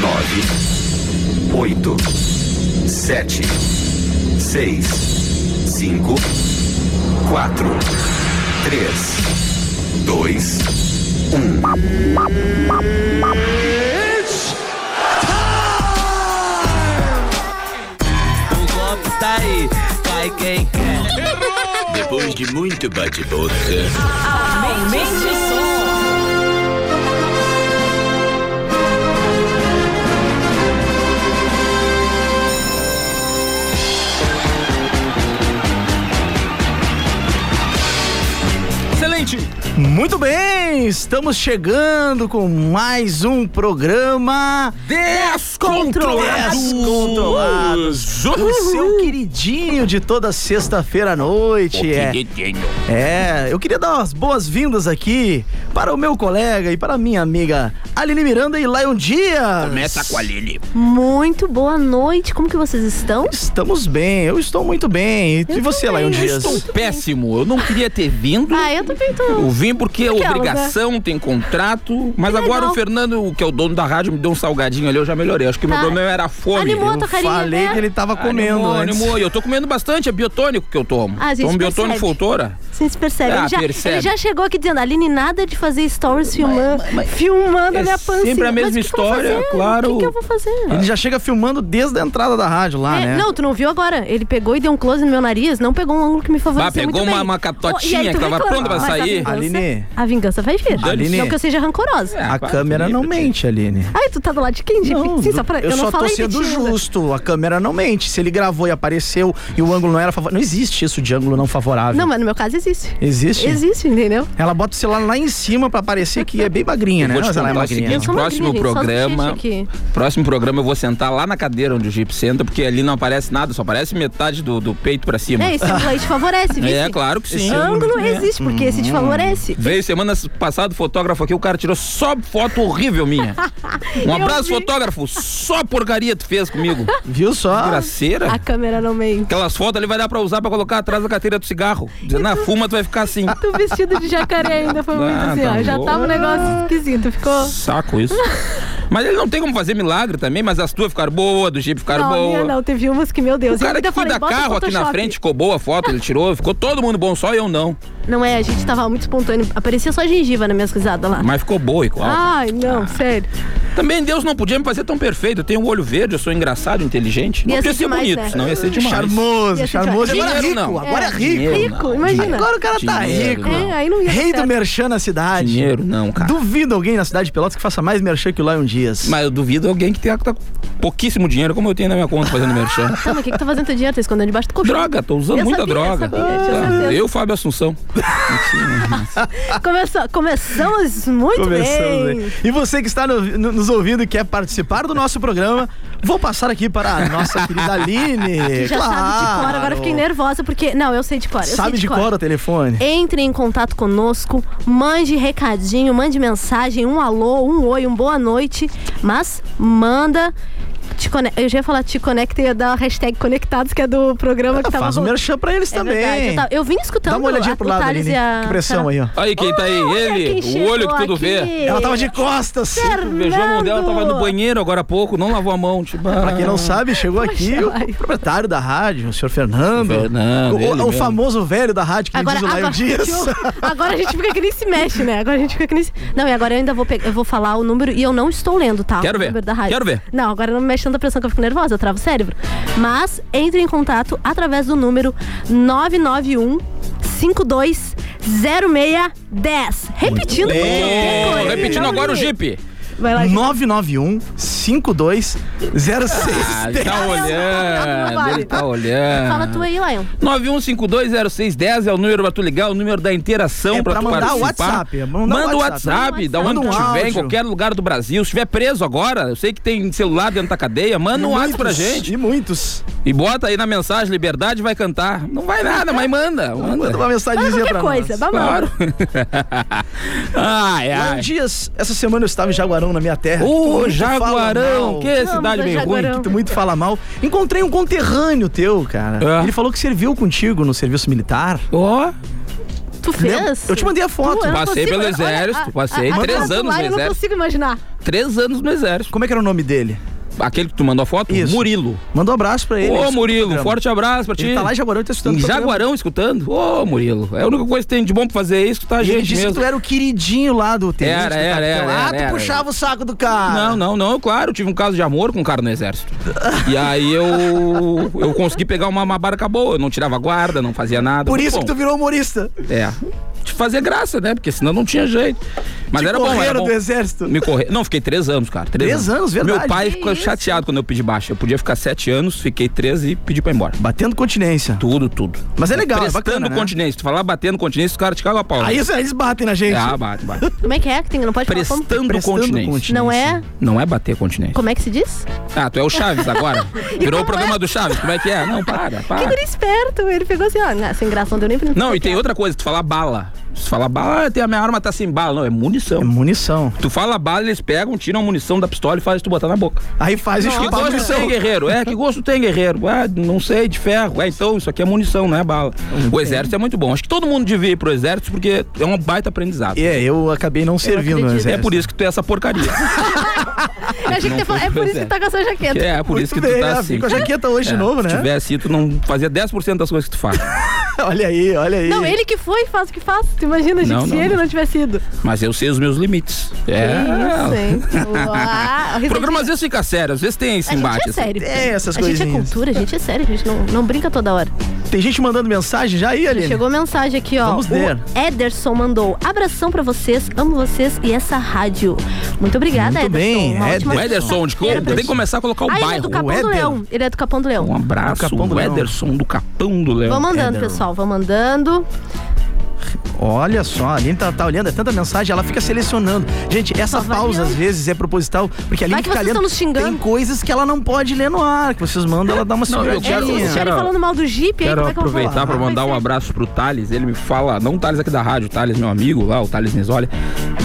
Nove, oito, sete, seis, cinco, quatro, três, dois, um. O golpe está aí, cai quem quer. Depois de muito bate-boca, Aumente o som. Excelente! Muito bem, estamos chegando com mais um programa Descontrolados. O seu queridinho de toda sexta-feira à noite. É, é, eu queria dar as boas-vindas aqui para o meu colega e para a minha amiga Aline Miranda e Lion Dias. Começa com a Lili. Muito boa noite, como que vocês estão? Estamos bem, eu estou muito bem. E você, Lion também. Dias? Estou péssimo, eu não queria ter vindo. Ah, eu também tô. Eu vim porque é Por que, obrigação, tem contrato. Mas Que agora legal. o Fernando, que é o dono da rádio, me deu um salgadinho ali, eu já melhorei. Acho que meu Ah. problema era a fome. Animou Eu- tua carinha, Falei né? que ele tava comendo Animou, antes. animou. E eu tô comendo bastante, é biotônico que eu tomo. Ah, a gente tomo biotônico percebe. Fultora. Vocês percebem? Ah, ele, já, percebe. ele já chegou aqui dizendo, Aline, nada de fazer stories filmando, filmando é a minha pancinha. sempre a mesma Mas o que que eu vou história, fazer? claro. O que, que eu vou fazer? Ele já chega filmando desde a entrada da rádio Ah, lá, É, né? Não, tu não viu agora? Ele pegou e deu um close no meu nariz, não pegou um ângulo que me favoreceu Bah, pegou muito bem. uma- uma catotinha Oh, e aí tu que tava reclama, pronta pra mas sair. A vingança, Aline. a vingança vai vir. Aline. Não que eu seja rancorosa. A Quase câmera não livre, tia. mente, Aline. Ai, tu tá do lado de quem, Jeep? Sim, só pra, eu, eu, não só tô falei né? de sendo ti ainda. justo. A câmera não mente. Se ele gravou e apareceu e o ângulo não era favorável. Não existe isso de ângulo não favorável. Não, mas no meu caso existe. Existe? Existe, entendeu? Ela bota o celular lá em cima pra parecer que é bem magrinha, né? Vou te Mas ela é contar o magrinha. seguinte, sou uma próximo gringa, só programa, salsicha aqui. próximo programa eu vou sentar lá na cadeira onde o Jeep senta, porque ali não aparece nada, só aparece metade do, do peito pra cima. É, esse leite favorece, viu? É, claro que sim. Ângulo existe, porque esse te Uhum. favorece. Veio semana passada o fotógrafo aqui, o cara tirou só foto horrível minha. Um Eu abraço, vi. fotógrafo. Só porcaria tu fez comigo. Viu só? Graceira. A câmera não mente. Aquelas fotos ali vai dar pra usar pra colocar atrás da carteira do cigarro. Dizer, na fuma tu vai ficar assim. Tu vestido de jacaré ainda foi muito Ah, assim, tá ó. Já bom. tava um negócio esquisito, ficou. Saco isso. Mas ele não tem como fazer milagre também, mas as tuas ficaram boas, do Jeep ficaram não, a minha boas. não, teve umas que, meu Deus. O cara ainda que cuida "Bota carro aqui na Photoshop". frente ficou boa a foto, ele tirou, ficou todo mundo bom, só eu não. Não é, a gente tava muito espontâneo. Aparecia só gengiva nas minhas risadas lá. Mas tá. ficou boa igual. Ai, não, sério. Também Deus não podia me fazer tão perfeito. Eu tenho um olho verde, eu sou engraçado, inteligente. Não Ia podia ser ser demais, bonito, né? senão ia ser demais. Charmoso, Ia ser charmoso. demais. Agora é rico, Dinheiro não. agora é rico. Dinheiro Rico, não, imagina. dinheiro. Agora o cara tá Dinheiro rico. não. É, aí não ia dar Rei do certo. merchan na cidade. Dinheiro não, cara. Duvido alguém na cidade de Pelotas que faça mais merchan que o Lion Dias. Mas eu duvido alguém que tenha tá com pouquíssimo dinheiro, como eu tenho na minha conta fazendo merchan. Tá, mas o que, que tá fazendo teu dinheiro? Tá escondendo debaixo do colchão. Droga, tô usando Eu muita sabia, droga. eu sabia, tinha Tá. certeza. eu, Fábio Assunção. Começou- começamos muito Começamos, bem. né? hein? E você que está no- no- nos ouvindo e quer participar do nosso programa, vou passar aqui para a nossa querida Aline. Que já sabe de cor, agora fiquei nervosa porque... Não, eu sei de cor. É, eu sei Sabe de cor o telefone? Entre em contato conosco, mande recadinho, mande mensagem, um alô, um oi, um boa noite, mas manda. Te cone- Eu já ia falar te conecta e ia dar a hashtag conectados, que é do programa que tava Faz o rolando. merchan pra eles É também. verdade, eu, tava- eu vim escutando Dá uma olhadinha a- pro o lado, Thales Aline. e a Que pressão Carol. aí, ó. Aí quem tá aí? Olha Ele, quem o olho que chegou tudo vê. aqui. Ela tava de costas. O beijão dela tava no Fernando. banheiro agora há pouco, não lavou a mão. Tipo, Pra quem não sabe, chegou aqui Poxa, o vai. proprietário da rádio, o senhor Fernando. O Fernando, O- ele o, mesmo. famoso velho da rádio que nem Agora, diz o Lion agora, Dias. agora a gente fica que nem se mexe, né? Agora a gente fica que nem se... Não, e agora eu ainda vou, pe- eu vou falar o número e eu não estou lendo, tá? Quero O ver, número da rádio. quero ver. Não, agora não me mexe tanta pressão que eu fico nervosa, eu travo o cérebro. Mas entre em contato através do número 991 52 Repetindo, porque eu Ô, tenho Repetindo Não agora o li. Jeep. Vai lá, 991 5206 Ah, ele tá olhando, ele tá olhando. Fala tu aí, Lion. 91520610 é o número pra tu ligar, o número da interação É pra, pra tu mandar o participar. WhatsApp, é mandar Manda o o WhatsApp. WhatsApp, da onde Manda tu um estiver, em áudio. qualquer lugar do Brasil. Se estiver preso agora, eu sei que tem celular dentro da cadeia, manda um WhatsApp pra gente. E muitos. E bota aí na mensagem, liberdade vai cantar. Não vai nada, mas manda, Manda uma manda. Fala mensagenzinha pra qualquer coisa, nós. vamos. Claro. ai, Lion ai. Dias, essa semana eu estava em Jaguarão, na minha terra. Tu Ô, muito fala Jaguarão, mal, que Vamos cidade ao bem ruim. Jaguarão. Tu muito fala mal. Encontrei um conterrâneo teu, cara. É. Ele falou que serviu contigo no serviço militar. Ó, Tu Tu fez? Eu te mandei a foto. Tu, eu não Passei consigo- Ah, pelo olha, exército, a- passei a- a- três a- anos no lá, Eu não exército. consigo imaginar. Três anos no exército. Como é que era o nome dele? Aquele que tu mandou a foto? Isso. Murilo. Manda um abraço pra ele. Ô, Escuta o Murilo, um programa. forte abraço pra ti. Ele tá lá em Jaguarão e tá escutando Em o programa. Jaguarão escutando? Ô, Murilo, é a única coisa que tem de bom pra fazer é escutar a E ele gente disse mesmo. que tu era o queridinho lá do tenente. Era, do era, capitão. era, Ah, era, tu era. puxava o saco do um cara. Não, não, não, claro, eu tive um caso de amor com um cara no exército. E aí eu eu consegui pegar uma, uma barca boa, eu não tirava guarda, não fazia nada. Por Mas, isso bom, que tu virou humorista. É. Te fazer graça, né? Porque senão não tinha jeito. Mas Te era bom, era correram bom. do exército. Me correr. Não, fiquei três anos, cara. Três, Três anos, verdade. Meu pai Que ficou isso? chateado quando eu pedi baixa. Eu podia ficar sete anos, fiquei três e pedi pra ir embora. Batendo continência. Tudo, tudo. Mas é legal, é Prestando bacana, né? continência. Tu falar batendo continência, os caras te cagam a pau. Aí isso- eles batem na gente. Ah, bate, bate. Como é que é? Que tem, não pode falar como? Prestando, Prestando continência. continência. Não é? Não é bater continência. Como é que se diz? Ah, tu é o Chaves agora? Virou o programa do Chaves, como é que é? Não, para, Que é? para. guri esperto. Ele pegou assim, ó. na- Sem graça, não deu nem pra Não, e tem outra coisa, tu fala bala. Se tu fala bala, ah, tem a minha arma tá sem bala. Não, é É munição. munição. Tu fala bala, eles pegam, tiram a munição da pistola e fazem tu botar na boca. Aí faz o Que escudo. gosto tem, guerreiro? É, que gosto tem, guerreiro? Ah, não sei, de ferro. É, então, isso aqui é munição, não é bala. O exército é muito bom. Acho que todo mundo devia ir pro exército porque é um baita aprendizado. É, eu acabei não servindo no acredito. exército. É por isso que tu é essa porcaria. Eu achei que Não tu ia falar, foi é por isso que certo. tá com essa jaqueta. É, por Muito isso que bem, tu tá é, assim. com a jaqueta hoje de novo, né? Se tivesse, tu não fazia 10% das coisas que tu faz. olha aí, olha aí. Não, ele que foi, faz o que faz. Tu imagina, gente, Não, se não, ele não. não tivesse ido. Mas eu sei os meus limites. Isso, É. hein? Uau, O programa às vezes fica sério, às vezes tem esse A embate. gente assim. é sério. É, essas a gente é coisinhas. cultura, a gente é sério, a gente não, não brinca toda hora. Tem gente mandando mensagem já aí, Aline? Chegou mensagem aqui, ó. Vamos ler. O Ederson mandou abração pra vocês, amo vocês e essa rádio. Muito obrigada, Muito Ederson. bem, Uma ótima O Ederson, de como? sexta-feira pra Tem que ti. começar a colocar o Ah, ele é bairro. do Capão do Éder. Leão. Ele é do Capão do Leão. Um abraço, Do Capão do o Leão. Ederson do Capão do Leão. Vão mandando, Éder. pessoal, vão mandando. Olha só, a Aline tá, tá olhando, é tanta mensagem, ela fica selecionando. Gente, essa Tá pausa variando. às vezes é proposital, porque a Aline Vai que fica vocês lendo. tão nos xingando. Tem coisas que ela não pode ler no ar, que vocês mandam, ela dá uma Não, eu seguradinha. quero- Vocês estiverem quero- falando mal do Jeep, aí Quero como é que eu vou aproveitar falar? para mandar um Pois é. abraço pro Thales. Ele me fala, não o Thales aqui da rádio, o Thales, meu amigo lá, o Thales Nisoli.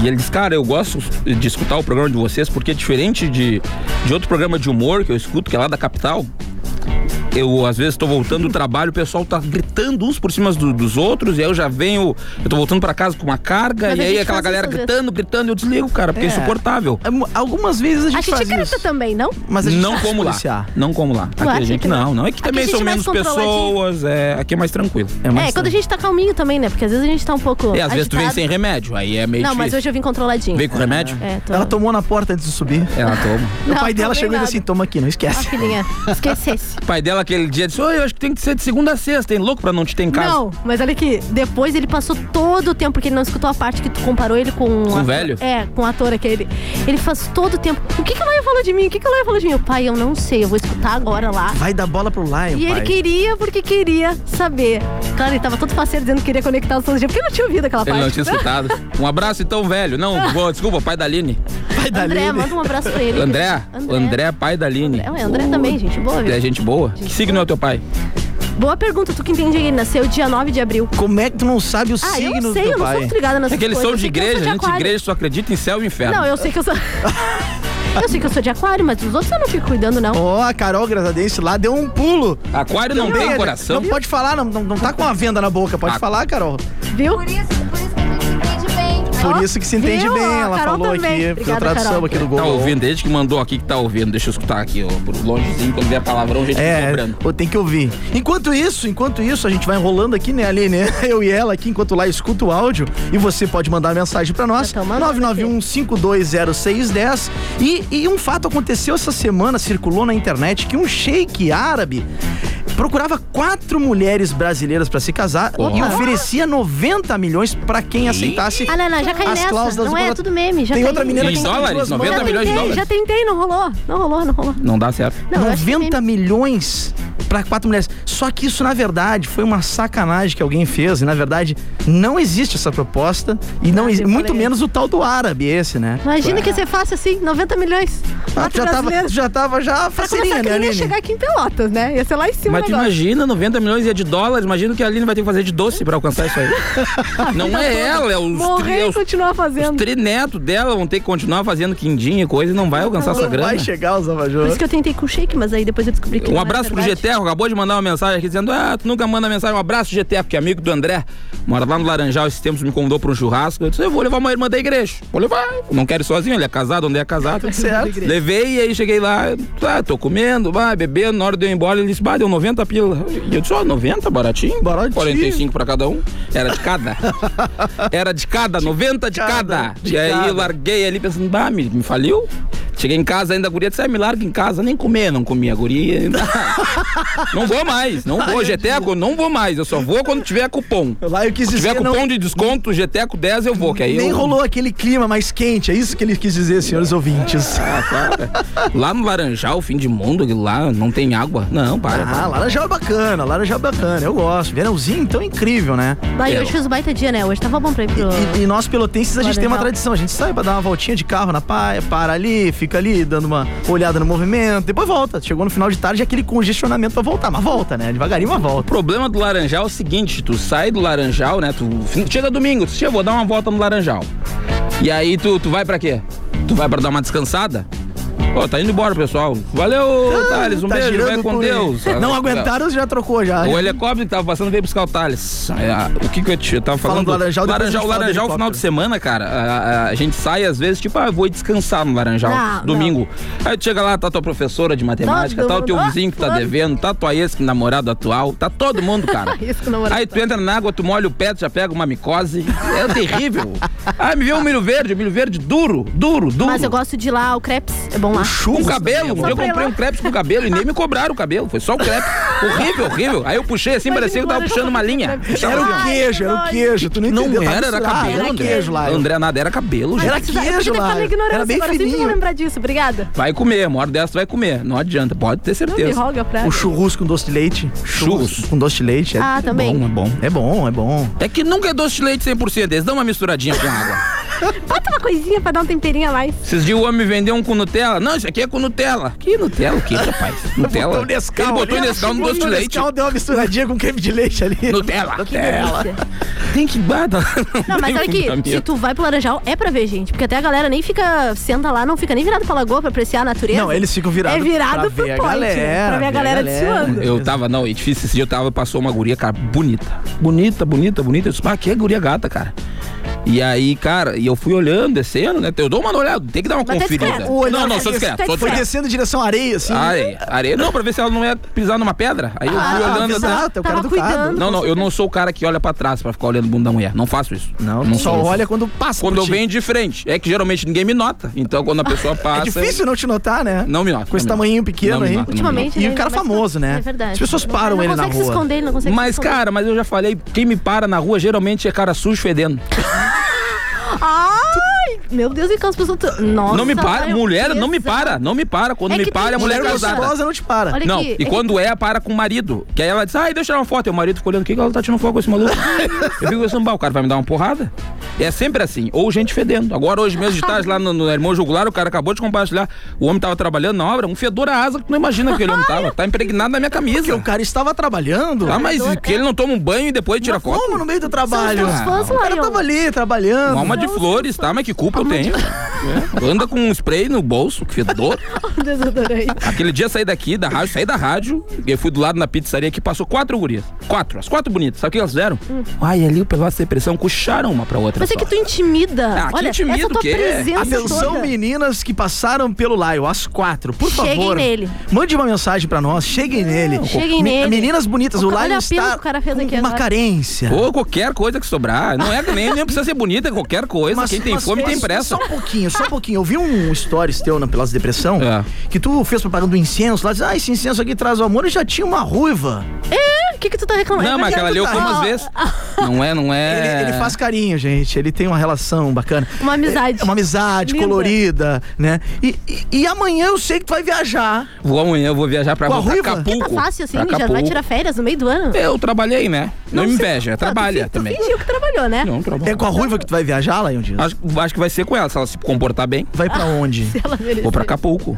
E ele diz: Cara, eu gosto de escutar o programa de vocês porque é diferente de, de outro programa de humor que eu escuto, que é lá da capital. Eu, às vezes, tô voltando do trabalho, o pessoal tá gritando uns por cima do- dos outros, e aí eu já venho, eu tô voltando para casa com uma carga, Mas e a aí gente aquela faz galera isso às gritando, gritando, eu desligo, cara, porque é, É. insuportável. É, mu- Algumas vezes a gente A faz gente grita isso, também, não? mas a gente não sabe como lá. policiar. Não como lá. Aqui acha a gente que não? não, não. É que Aqui a também gente são é mais menos controladinho. pessoas, é, aqui é mais tranquilo. mais É, quando a gente tá calminho também, né? Porque às vezes a gente tá um pouco. É, às vezes tu vem agitado. sem remédio, aí é meio Não, mas difícil. hoje eu vim controladinho. Vem com tá remédio? É, É, tô... Ela tomou na porta antes de subir. Ela toma. o Não, pai dela tomei chegou e nada. disse assim: toma aqui, não Ah, esquece. filhinha, esquecesse. O pai dela aquele dia disse, oi, eu acho que tem que ser de segunda a sexta, hein? Louco pra não te ter em casa. Não, mas olha aqui, depois ele passou todo o tempo, porque ele não escutou a parte que tu comparou ele com. o ator- velho? É, com o ator aquele. Ele faz todo o tempo. O que, que ela ia falar de mim? O que, que ela ia falar de mim? Eu, Pai, eu não sei, eu vou escutar agora lá. Vai dar bola pro Lion, E ele pai. queria porque queria saber. Claro, ele tava todo faceiro dizendo que queria conectar os sons de dia, porque ele não tinha ouvido aquela Ele parte. não tinha escutado. Um abraço então, velho. Não, vou- desculpa, pai da Aline. Vai dar André, liga. manda um abraço pra ele. André, André. o André, pai da Aline. É, o André também, gente boa, É viu? gente boa. que signo é o teu pai? Boa pergunta, tu que entende aí, nasceu dia 9 de abril. Como é que tu não sabe os Ah, eu signos não sei, do eu não pai? sou muito ligada nessas É que eles coisas. são de Eu sei que eu sou igreja, a gente de aquário. igreja só acredita em céu e inferno. Não, eu sei que eu sou. eu sei que eu sou de aquário, mas dos outros eu não fico cuidando, não. Ó, a Carol Grazadense lá deu um pulo. Aquário não tem um É, coração. Não pode falar, não, não, não tá com a venda na boca. Pode Ah. falar, Carol. Viu? Por isso, por isso que a gente entende bem. Por Ó, isso que se entende viu? bem, A ela Carol falou também. aqui, Obrigada, pela tradução Carol. aqui do Google. Tá ouvindo, é gente que mandou aqui que tá ouvindo. Deixa eu escutar aqui, ó, pro longezinho, quando vier palavrão, a gente tá É, cobrando. ou tem que ouvir. Enquanto isso, enquanto isso, a gente vai enrolando aqui, né, Aline? Eu e ela aqui, enquanto lá escuta o áudio. E você pode mandar mensagem pra nós, Já tão mandando 991-520610. E, e um fato aconteceu essa semana, circulou na internet, que um sheik árabe procurava quatro mulheres brasileiras pra se casar e Porra. oferecia 90 milhões pra quem aceitasse Ah, não, não, já caí as nessa. cláusulas Não do é, contrato. tudo meme. Já Tem caí. outra menina Em que tem dólares, duas mãos. 90 já milhões de tentei, dólares. já tentei, não rolou. Não rolou, não rolou. Não dá certo. Não, eu acho que é 90 meme. milhões pra quatro mulheres. Só que isso, na verdade, foi uma sacanagem que alguém fez. E, na verdade, não existe essa proposta. E não Ah, exi- eu muito falei. menos o tal do árabe, esse, né? Imagina que ia ser fácil assim, 90 milhões. Ah, Quatro tu já, tava, brasileiros. já tava já Pra começar, faceirinha, que né, nem ia Aline? chegar aqui em Pelotas, né? Ia ser lá em cima Mas tu o negócio. imagina, 90 milhões e é de dólares, imagina o que a Aline vai ter que fazer de doce pra alcançar isso aí. Não é ela, é os, tri, Morrer é e os, continuar os fazendo. trinetos dela vão ter que continuar fazendo quindim e coisa e não vai alcançar essa Não grana. vai chegar os Por abajores. isso que eu tentei com o shake, mas aí depois eu descobri que. Um não era abraço pro verdade. GT, Geteco acabou de mandar uma mensagem aqui dizendo: Ah, tu nunca manda mensagem. Um abraço, Geteco, que é amigo do André. Mora lá no Laranjal, esses tempos me convidou pra um churrasco. Eu disse: Eu vou levar uma irmã da igreja. Vou levar. Não quero ir sozinho, ele é casado, onde é casado. certo. Levei e aí cheguei lá, ah, tô comendo, vai, bebendo. Na hora de eu ir embora, ele disse: Bah, deu 90 pila. E eu disse: Ó, 90, baratinho. Baratinho. 45 pra cada um. Era de cada. Era de cada, 90 de cada. cada, de e aí cada. larguei ali pensando, bah, me, me faliu. Cheguei em casa ainda, a guria disse, ah, me larga em casa, nem comer, não comi a guria. não vou mais, não vou, Geteco, não vou mais, eu só vou quando tiver cupom. Lá eu quis Se tiver dizer, cupom não, de desconto, Geteco 10, eu vou, que aí nem eu... rolou aquele clima mais quente, é isso que ele quis dizer, senhores ouvintes. Ah, é. Lá no Laranjal, fim de mundo, lá não tem água. Não, para. Ah, laranjal é bacana, laranjal é bacana, eu gosto. Verãozinho, então, é incrível, né? Vai, Eu. hoje fez um baita dia, né? Hoje tava bom pra ir pro... E, e nós pelotenses, a gente tem uma Laranjal. tradição. A gente sai pra dar uma voltinha de carro na praia, para ali, fica ali, dando uma olhada no movimento, depois volta. Chegou no final de tarde, é aquele congestionamento pra voltar. Mas volta, né? Devagarinho, mas O volta. problema do Laranjal é o seguinte, tu sai do Laranjal, né? Tu fin- chega domingo, tu chega, vou dar uma volta no Laranjal. E aí tu, tu vai pra quê? Tu vai pra dar uma descansada? Ó, tá indo embora, pessoal. Valeu, Thales. Um Tá beijo, girando vai com por aí. Deus. Não aguentaram, já trocou já. O helicóptero que tava passando veio buscar o Thales. Aí, ah, O que que eu, te, eu tava Falando falando? do Laranjal, depois a gente Laranjal, fala do Laranjal, final de helicóptero. semana, cara, a, a- a gente sai às vezes, tipo, ah, vou descansar no Laranjal, Não, domingo. Aí tu chega lá, tá tua professora de matemática, Todo tá o teu mundo. vizinho que tá Ah, devendo, tá tua ex, que namorado atual, tá todo mundo, cara. Ex que namorado Aí tu entra na água, tu molha o pé, tu já pega uma micose. É terrível. Aí me vê um milho verde, milho verde duro, duro, duro. Mas eu gosto de ir lá, o crepes é bom Ah, lá. Com cabelo, Só eu pra ir comprei lá. um crepe com cabelo e nem me cobraram o cabelo, foi só o crepe. horrível, horrível. Aí eu puxei assim, Imagina parecia que eu tava agora puxando uma eu linha. comprei Era o queijo, era o queijo. Tu não Não entendeu. era, era misturado, cabelo, Era André. é queijo lá. André nada, era cabelo, gente. Era Você vai- queijo eu lá. lá. ignorância, Era bem agora sempre vou fininho. lembrar disso, obrigada. Vai comer, uma hora dessa tu vai comer. Não adianta, pode ter Não me certeza. roga pra... O churrusco com doce de leite. Churros. Com doce de leite. é- Ah, também. Bom, é bom. É bom, é bom. É que nunca é doce de leite 100%, eles dão uma misturadinha com água. Bota uma coisinha pra dar um temperinho a mais. Esses dias o homem vendeu um com Nutella. Não, isso aqui é com Nutella. Que Nutella? O que, rapaz? Nutella? um Botou Nescau Ele botou um ali, Nescau no doce de O leite. Nescau deu uma misturadinha com creme de leite ali. Nutella. É. Nutella. delícia. Tem que bada. Não, mas olha aqui, se tu vai pro Laranjal, é pra ver gente. Porque até a galera nem fica, senta lá, não fica nem virado pra lagoa pra apreciar a natureza. Não, eles ficam virados É virado pro point, pra ver a galera desfilando. Eu tava, não, é difícil. Esse dia eu tava, passou uma guria, cara, bonita. Bonita, bonita, bonita. Eu disse, ah, que é guria gata, cara. E aí, cara, e eu fui olhando, descendo, né? Eu dou uma olhada, tem que dar uma Mas tá conferida. discreto. O não, não, sou Foi discreto, sou Ah, Foi discreto. descendo em direção à areia, assim. Areia, areia. Não, pra ver se ela não ia pisar numa pedra. Aí eu fui Ah, olhando. atrás. exato, é o cara Tava do cuidado. cuidando. né? Não, não, eu não sou o cara que olha pra trás pra ficar olhando o bunda da mulher. Não faço isso. Não, não tu só sou isso. olha quando passa Quando por eu ti. venho de frente. É que geralmente ninguém me nota. Então quando a pessoa É passa. difícil não te notar, né? Não me nota. Com esse não me tamanhinho nota. pequeno Não me aí. nota, não me nota. Ultimamente. E né, o cara ele vai- famoso, né? É verdade. As pessoas param ele na Não consegue se rua. esconder, ele não consegue Mas, se esconder. cara, mas eu já falei, quem me para na rua geralmente é cara sujo fedendo. Ai, meu Deus, e as pessoas. tu- Nossa, não me para, vai, mulher, não me pesado. para, não me para. Quando É me que para, é tem mulher Mulher casada. gostosa não te para. Olha Não, aqui, e é quando é, para com o marido. Que aí ela diz, ai, deixa eu tirar uma foto. E o marido fica olhando, o que que ela tá tirando foto com esse maluco? eu fico pensando, bah, o cara vai me dar uma porrada? É sempre assim, ou gente fedendo. Agora, hoje mesmo de tarde, lá no, no Irmão Jugular, o cara acabou de compartilhar. O homem tava trabalhando na obra, um fedor a asa que tu não imagina que aquele homem tava. Tá impregnado na minha Porque camisa. o cara estava trabalhando. Ah, mas que ele não toma um banho e depois tira foto? Como no meio do trabalho? São os teus fãs, o cara Lion. tava ali, trabalhando. Uma alma de flores, tá? Mas que culpa eu tenho? É. Anda com um spray no bolso, que fedor. um desodorante. Aquele dia eu saí daqui da rádio, saí da rádio, e eu fui do lado na pizzaria que passou quatro gurias. Quatro, as quatro bonitas. Sabe o que elas fizeram? Ai, ali o Pelotas Depressão coxaram uma pra outra. Hum. Mas é só. que tu intimida. Ah, que Olha, intimida essa o tua quê? presença Atenção, toda. meninas que passaram pelo Laio, as quatro, por Cheguem favor. nele. Mande uma mensagem pra nós, cheguem nele. cheguem Me- nele. Meninas bonitas, O o, ca- Laio olha o apelo está que o cara fez com aqui uma agora. carência. Ou qualquer coisa que sobrar. Não é que nem, nem precisa ser bonita, é qualquer coisa. Quem tem fome tem mas pressa. Só um pouquinho, só um pouquinho. Eu vi um stories teu na Pelas Depressão É. que tu fez propaganda do incenso lá. Diz, ah, esse incenso aqui traz o amor e já tinha uma ruiva. O que, que tu tá reclamando? Não, É mas porque aquela ali tu eu tá- como às Ah, vezes. Não é, não é. Ele, ele faz carinho, gente. Ele tem uma relação bacana. Uma amizade. É uma amizade Linda. colorida, né? E, e- e amanhã eu sei que tu vai viajar. Vou amanhã, eu vou viajar pra, Com a pra ruiva? Acapulco. Tá fácil assim, pra já vai Acapulco. tirar férias no meio do ano. Eu trabalhei, né? Não, me sei- inveja, Ah, trabalha tu, fi- também. Tu fingiu que trabalhou, né? Não, trabalha. É com a ruiva que tu vai viajar, Ah. Laion Dias? Ah, Acho, acho que vai ser com ela, se ela se comportar bem. Vai pra onde? Ela mereceu. Vou pra Acapulco.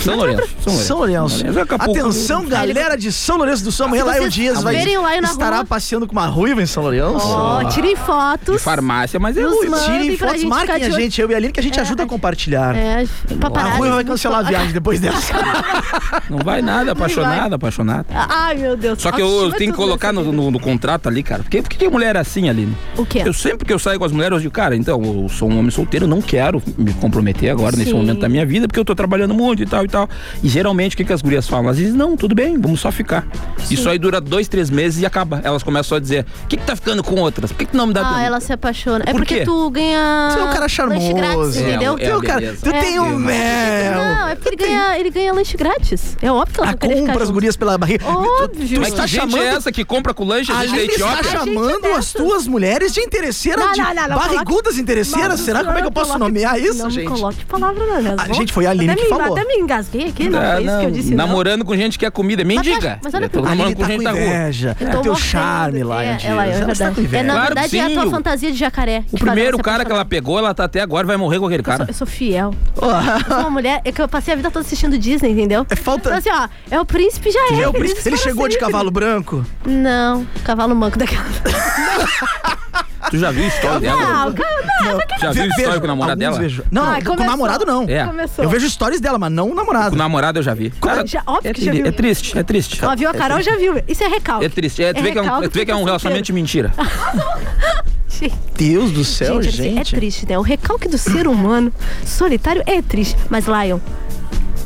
São Lourenço. é São Lourenço. Acapulco. Atenção, galera de São Lourenço do Sul. Amanhã Se Laio vocês Dias vai verem o Laio na estará rua- passeando com uma ruiva em São Lourenço. Ó, tirem fotos. De farmácia, mas é Nos ruim. manda Tirem pra fotos, gente ficar marquem de a olho. gente, eu e a Aline, que a gente É, ajuda a é. compartilhar. É, A paparazzi. ruiva vai cancelar a viagem depois é dessa. Não vai nada, apaixonada, apaixonada. Ai, meu Deus. Só que eu, eu Autoestima é tenho que tudo colocar nessa no, vida. no- no contrato ali, cara. Por que, por que que mulher é assim, Aline? O quê? Eu sempre que eu saio com as mulheres, eu digo, cara, então, eu sou um homem solteiro, não quero me comprometer agora nesse Sim. momento da minha vida, porque eu tô trabalhando muito e tal e tal. E geralmente o que, que as gurias falam? Elas dizem, não, tudo bem, vamos só ficar. Isso aí dura dois, três meses e acaba. Elas começam só a dizer, o que, que tá ficando com outras? Por que, que não me dá Ah, tempo?" ela se apaixona. É Por porque quê? tu ganha. Você é um cara Lanche grátis, charmoso. entendeu? É, Teu cara, beleza. tu É. tem o Tem. mel. Não, é porque ele ganha, ele ganha lanche grátis. É óbvio que ela A vai querer ficar compra as junto. gurias pela barriga. Óbvio. Mas tá que gente chamando- é essa que compra com lanche A gente é é da Aline está Etiópia? chamando as tuas mulheres de interesseiras, Não, de não, não, não, barrigudas interesseiras. Não, Será como é que eu posso coloque- nomear isso, não gente? Não coloque palavra na minha Ah, boca. gente, foi a Aline até que me, falou. Até me engasguei aqui, não, Ah, foi isso que eu disse, não. namorando com gente que é comida, é mendiga. mas olha Eu tô pra- A Aline namorando tá com com gente da rua. inveja. Eu É tô teu mostrando. charme, é, Lion Dias. ela, é Ela está tá com verdade. É, inveja. na Claro que verdade, é a sim, tua o- fantasia de jacaré. que O faz ela primeiro se cara que ela apaixonar. pegou, ela tá até agora, vai morrer com aquele cara. Eu sou fiel. Eu sou uma mulher é que eu passei a vida toda assistindo Disney, entendeu? É falta- Então, assim, ó, é o príncipe já é. É o feliz príncipe. Ele para chegou de sempre. cavalo branco? Não, cavalo manco daquela. Tu já viu a história Não, dela? cara, Já viu a história com o namorado Alguns dela? vejo. Não, Ai, com o começou. namorado não. É. começou. Eu vejo histórias dela, mas não o Com namorado. namorado eu já vi. Cara, Já- óbvio é, que já tri- viu. é triste, é triste. Ó, viu? A Carol já viu. Isso é recalque. É triste. É, tu vê que é um, recalque tá tu vê que é um do relacionamento de mentira. solteiro. Gente. Deus do céu, Gente, assim, é gente. triste, né? O recalque do ser humano solitário é triste. Mas, Lion,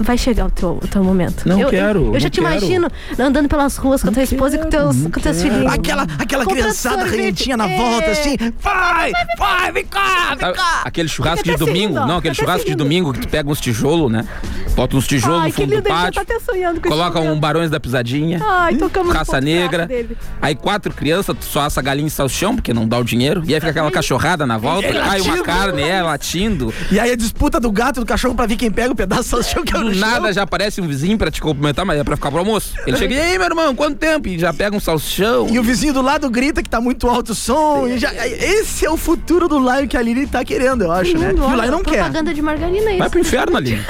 vai chegar o teu, o teu momento. Não eu, quero, Eu, eu não já te quero. imagino andando pelas ruas com a tua esposa e com teus, com teus filhinhos. Aquela, aquela Comprando criançada sorvete. rentinha na É. volta, assim. Vai, vai, vem cá, vem Sabe, cá. aquele churrasco Ah, Fica de até domingo. sorrindo, ó. Não, aquele Fica até churrasco de sorrindo. domingo que tu pega uns tijolos, né? Bota uns tijolos Ai, no que fundo do lindo, ele já pátio. tá até sonhando com Coloca isso, meu. um Barões da Pisadinha. Ai, tocamos um Caça pouco o negra. braço dele. Aí quatro crianças, tu só assa galinha e salchão, porque não dá o dinheiro. E aí fica aquela cachorrada na volta, cai uma carne, né? é, latindo. E aí a disputa do gato e do cachorro pra ver quem pega o pedaço do cachorro que é Do no chão. nada já aparece um vizinho pra te cumprimentar, mas é pra ficar pro almoço. Ele chega, e aí, meu irmão, quanto tempo? E já pega um salchão. E o vizinho do lado grita que tá muito alto o som. E já, esse é o futuro do Lion que a Aline tá querendo, eu acho, né? Lindo, E o Lion olha, não quer. propaganda de margarina é Vai isso. pro inferno ali.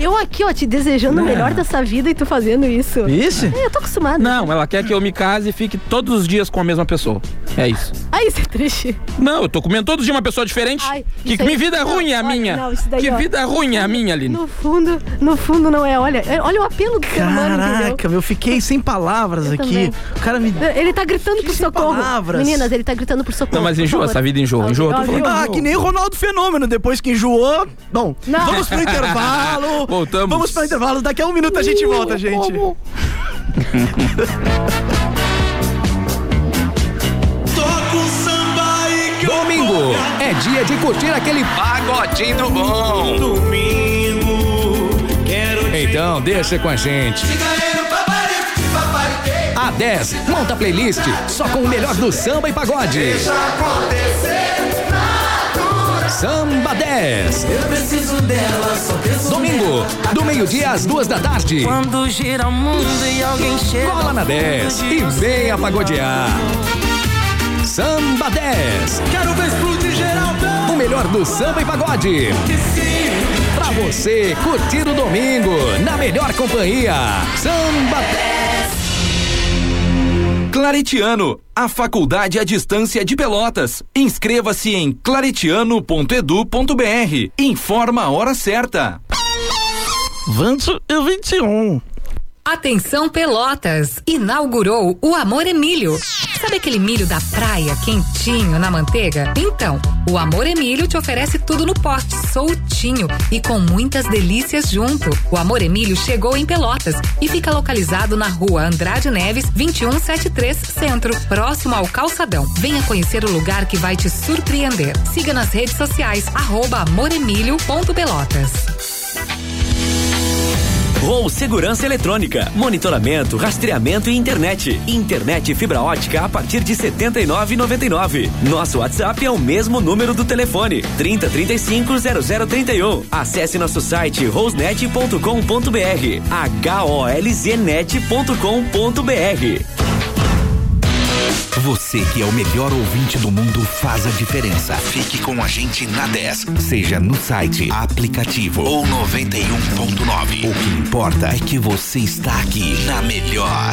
Eu aqui, ó, te desejando o melhor dessa vida e tu fazendo isso. Isso? É, Eu tô acostumada. Não, ela quer que eu me case e fique todos os dias com a mesma pessoa. É isso. Ai, isso é triste. Não, eu tô comendo todos os dias uma pessoa diferente. Ai, que isso aí- que vida não, ruim é a olha, minha. não, isso daí, que ó. vida ruim é a minha, Aline. No fundo, no fundo não é. Olha, é- olha o apelo do ser humano, entendeu? Caraca, eu fiquei sem palavras aqui. também. O cara me. Ele tá gritando por sem socorro. palavras. Meninas, ele tá gritando por socorro. Não, mas por enjoa, favor. essa vida enjoa, enjoa. Tô falando Ah, que nem o Ronaldo Fenômeno, depois que enjoou. Bom, Não. vamos pro intervalo. Voltamos. Vamos pro intervalo. Daqui a um minuto a gente volta, gente. Domingo é dia de curtir aquele pagodinho bom. Domingo quero Então deixa com a gente. A 10 monta a playlist só com o melhor do samba e pagode. Samba 10. Eu preciso dela, só Domingo, do meio-dia às duas da tarde. Quando gira o mundo e alguém chega. Cola na 10 e venha pagodear. Samba 10. Quero ver explodir geral. O melhor do samba e pagode. Pra você curtir o domingo na melhor companhia. Samba 10. Claretiano, a faculdade à distância de Pelotas. Inscreva-se em claretiano.edu.br. Informa a hora certa. Vanto e 21. Atenção Pelotas! Inaugurou o Amor Emílio. Sabe aquele milho da praia quentinho na manteiga? Então, o Amor Emílio te oferece tudo no pote, soltinho e com muitas delícias junto. O Amor Emílio chegou em Pelotas e fica localizado na rua Andrade Neves, 2173 Centro, próximo ao Calçadão. Venha conhecer o lugar que vai te surpreender. Siga nas redes sociais, arroba amoremílio.pelotas. Ou segurança eletrônica, monitoramento, rastreamento e internet. Internet fibra ótica a partir de R$ 79,99. Nosso WhatsApp é o mesmo número do telefone: 3035-0031. Acesse nosso site rosnet.com.br. H-O-L-Z-net.com.br. Você que é o melhor ouvinte do mundo faz a diferença. Fique com a gente na 10. Seja no site, aplicativo ou 91.9. O que importa é que você está aqui na melhor.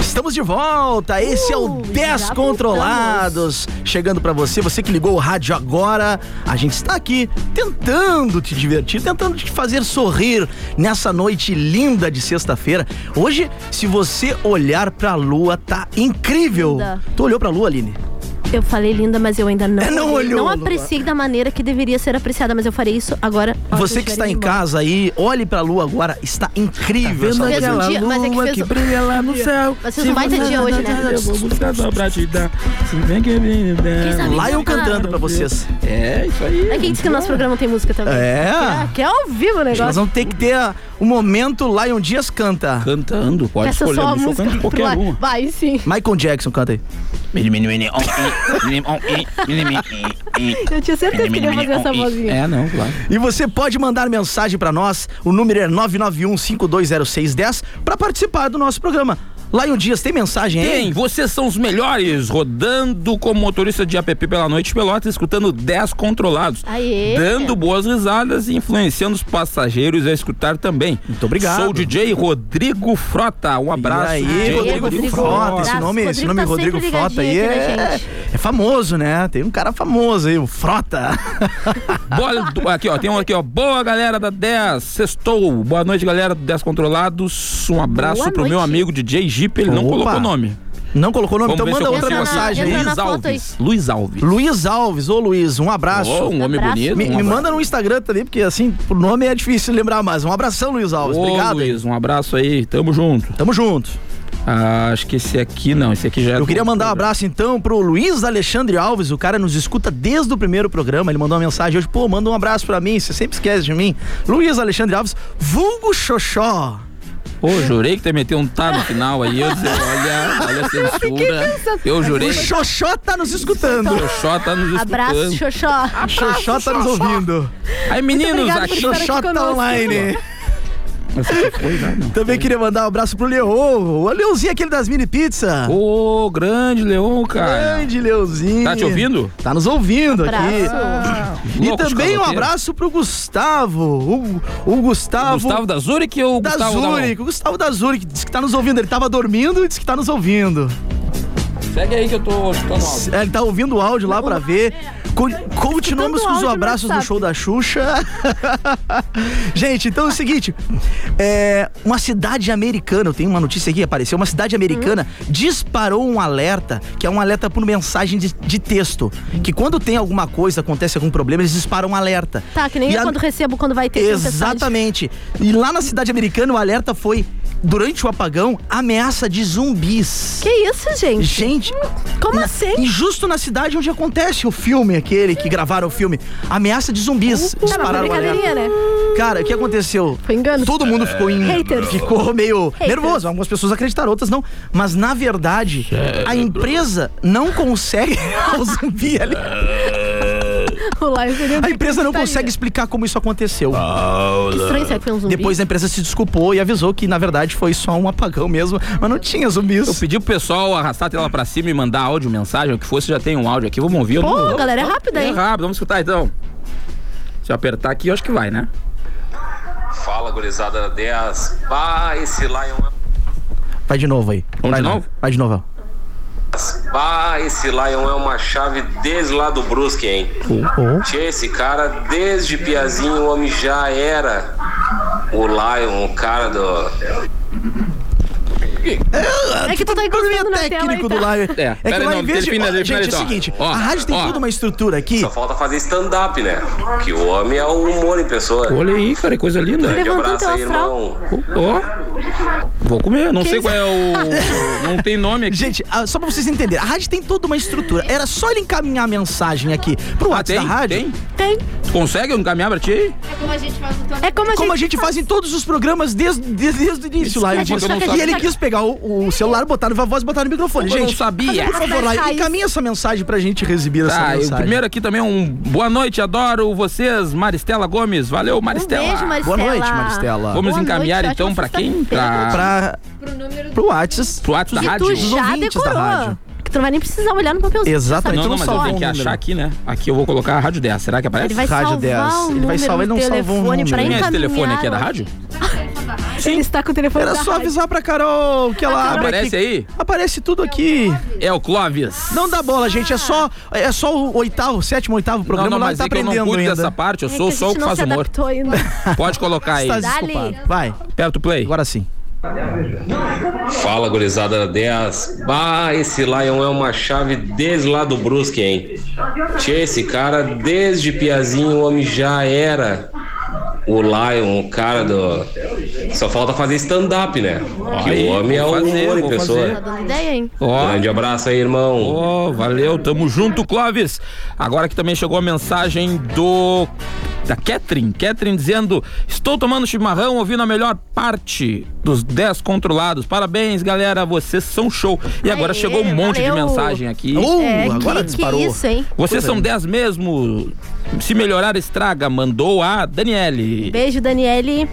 Estamos de volta. Esse é Uh, o Descontrolados. Chegando pra você, você que ligou o rádio agora, a gente está aqui tentando te divertir, tentando te fazer sorrir nessa noite linda de sexta-feira. Hoje, se você olhar pra lua, tá incrível. Linda. Tu olhou pra lua, Aline? Eu falei linda, mas eu ainda não. É, não olhei. olhou, Lua. Não apreciei da maneira que deveria ser apreciada, mas eu farei isso agora. a hora Você que eu está em estiver indo casa aí, olhe pra lua agora, está incrível. essa Tá vendo lua. aquela Fez um dia, mas é que luz fez que um- brilha lá no céu. Mas vocês não vai ter dia hoje, né? Eu vou buscar só pra te dar. Se bem que me der. Lá Tá eu cantando pra vocês. É, isso aí. embora. É quem disse que o nosso programa tem música também. É. Que é ao vivo o Nós negócio. vamos ter que ter ah, um momento Lion Dias canta. Cantando, pode Peça só a música pro lá. um. Vai sim. Michael Jackson, canta aí. Eu tinha certeza que ele ia fazer essa vozinha. É, não, claro. E você pode mandar mensagem pra nós, o número é 991-520610 pra participar do nosso programa. Lion Dias, tem mensagem aí? Tem, vocês são os melhores, rodando como motorista de app pela noite pelota, escutando 10 controlados. Aê. Dando boas risadas e influenciando os passageiros a escutar também. Muito obrigado. Sou o DJ Rodrigo Frota. Um abraço. aí, DJ Rodrigo, Frota, esse Abraço, nome, esse Rodrigo nome tá Rodrigo sempre Frota aí ligadinho aqui na é, gente. é famoso, né? Tem um cara famoso aí, o Frota. Boa- do- aqui, ó, tem um aqui, ó. Boa galera da 10, sextou. Boa noite, galera do 10 Controlados. Um abraço Boa pro meu noite. amigo DJ Jeep, ele não Opa. colocou o nome. Não colocou o nome, Vamos ver então se manda eu outra consigo aqui. mensagem entra aí. na Luiz foto aí. Alves. Luiz Alves. Luiz Alves, ô Luiz, um abraço. Ó, um homem Abraço. bonito. Me, um me abraço. manda no Instagram também, porque assim, por nome é difícil lembrar mais. Um abração, Luiz Alves. Ô, Obrigado. hein? Luiz, um abraço aí. Tamo junto. Tamo junto. Ah, acho que esse aqui não, esse aqui já é Eu do- queria mandar um abraço então pro Luiz Alexandre Alves, o cara nos escuta desde o primeiro programa. Ele mandou uma mensagem hoje, pô, manda um abraço pra mim, você sempre esquece de mim. Luiz Alexandre Alves, vulgo Xoxó. Ô, jurei que tu ia meter um tá no final aí. Eu dizer, olha, olha a censura. Eu jurei O que Xoxó tá nos escutando. o Xoxó tá nos Abraço, escutando. Xoxó. Xoxó tá nos ouvindo. Aí, meninos, obrigada por aqui. estar aqui Xoxó tá conosco. online. Essa aqui foi, né? Não. Também queria mandar um abraço pro Leô, o Leozinho aquele das mini pizza. Ô, grande Leon, cara. Grande Leozinho. Tá te ouvindo? Tá nos ouvindo aqui. Abraço. Loucos E também um caloteiros. abraço pro Gustavo. O, o Gustavo. Gustavo da Zurich ou da Gustavo da Zurich, o Gustavo da Zurich, disse que tá nos ouvindo. Ele tava dormindo e disse que tá nos ouvindo. Segue aí que eu tô escutando áudio. É, Ele tá ouvindo o áudio lá pra ver. Co- continuamos com os áudio no abraços do WhatsApp. show da Xuxa. Gente, então é o seguinte: é, uma cidade americana, eu tenho uma notícia aqui que apareceu, uma cidade americana Hum. disparou um alerta, que é um alerta por mensagem de, de texto. Que quando tem alguma coisa, acontece algum problema, eles disparam um alerta. Tá, que nem E eu a- quando um recebo quando vai ter tempestade. Exatamente. E lá na cidade americana, o alerta foi, durante o apagão, ameaça de zumbis. Que isso, gente? Gente, Como na- assim? E justo na cidade onde acontece o filme, aquele que gravaram o filme, Ameaça de Zumbis. Tá, mas foi Dispararam o alerta. brincadeirinha, né? Cara, o que aconteceu? Foi engano. Todo mundo ficou em. Haters. Ficou meio Haters. nervoso. Algumas pessoas acreditaram, outras não. Mas na verdade, a empresa não consegue. o zumbi ali. O live seria A empresa não tá ali. consegue explicar como isso aconteceu. Ah. Que estranho, será que foi um zumbi? Depois é a empresa se desculpou e avisou que na verdade foi só um apagão mesmo, mas não tinha zumbis. Eu pedi pro pessoal arrastar a tela pra cima e mandar áudio, mensagem, o que fosse, já tem um áudio aqui. Vamos ouvir. Pô, Vamos- galera, é rápido, É hein? rápido, vamos escutar então. Se eu apertar aqui, eu acho que vai, né? Fala, gurizada 10. Bah, esse Lion é um... Vai de novo aí. Vamos Vai de lá. novo? Vai de novo. ó. Bah, esse Lion é uma chave desde lá do Brusque, hein? Tchê, esse cara, desde piazinho, o homem já era o Lion, o cara do... É que tu tá encostando na tela aí, técnico do tá? live. É, pera aí, lá não, em vez de- defina, Ó, defina Gente, é isso, o ó. seguinte, Ó, a rádio tem ó. toda uma estrutura aqui. Só falta fazer stand-up, né? Que o homem é o humor em pessoa. Olha aí, cara, que coisa linda. Grande Levanta abraço então, aí, Astral. irmão. Ó. Vou comer, não sei qual é o. não tem nome aqui. Gente, ah, só pra vocês entenderem, a rádio tem toda uma estrutura. Era só ele encaminhar a mensagem aqui pro Ah, WhatsApp tem, da rádio. tem. Tem. Tu consegue encaminhar pra ti? aí? É como a gente faz o É como a Como a gente... gente faz em todos os programas desde, desde, desde o início lá. Só eu que- é disse. só que a E gente ele tá- quis pegar o, o celular, botar no voz e botar no microfone. Como eu gente, não sabia. faz um favor lá, e encaminha essa mensagem pra gente exibir essa Tá, e o mensagem. primeiro aqui também é um boa noite, adoro vocês, Maristela Gomes. Valeu, Maristela. Um Um beijo, Maristela. Boa noite, Maristela. Vamos Boa encaminhar noite, então ótima pra quem? sexta-feira. Pra... Pro WhatsApp. Pro WhatsApp Que da rádio. tu já decorou. Que tu não vai nem precisar olhar no papelzinho. Exatamente. tu Não, Então não, mas eu um tenho que achar aqui, né? Aqui eu vou colocar a rádio 10. Será que aparece? Ele vai Rádio salvar 10. o Ele vai número salvar, ele do não salvou um telefone número. pra Quem é esse encaminhar. telefone aqui? É da rádio? Ele está com o telefone Era da só rádio. avisar pra Carol que ela abre Aparece aqui. aí? Aparece tudo aqui. É o Clóvis. Não dá Ah. bola, gente. É só, é só o oitavo, sétimo, oitavo programa. não, nós mas tá é que eu não aprendendo cuido ainda. dessa parte, eu É sou que a só o gente que não faz se humor. adaptou Pode colocar aí. Está tá desculpado. Vai. Perto play. Agora sim. Fala, gurizada da 10. Bah, esse Lion é uma chave desde lá do Brusque, hein? Tchê, esse cara, desde piazinho, o homem já era o Lion, o cara do... Só falta fazer stand-up, né? Que Aí, o homem é vou um fazer, humor em vou pessoa. fazer. Tá Dando ideia, hein? Grande abraço aí, irmão. Ó, valeu, tamo junto, Clóvis. Agora que também chegou a mensagem do. Da Catherine. Catherine dizendo: Estou tomando chimarrão, ouvindo a melhor parte dos 10 controlados. Parabéns, galera, vocês são show. E agora Aê, chegou um monte valeu. de mensagem aqui. Uh, É, que- agora que disparou. isso, hein? Vocês Coisa são linda. 10 mesmo. Se melhorar, estraga. Mandou a Daniele. Beijo, Daniele.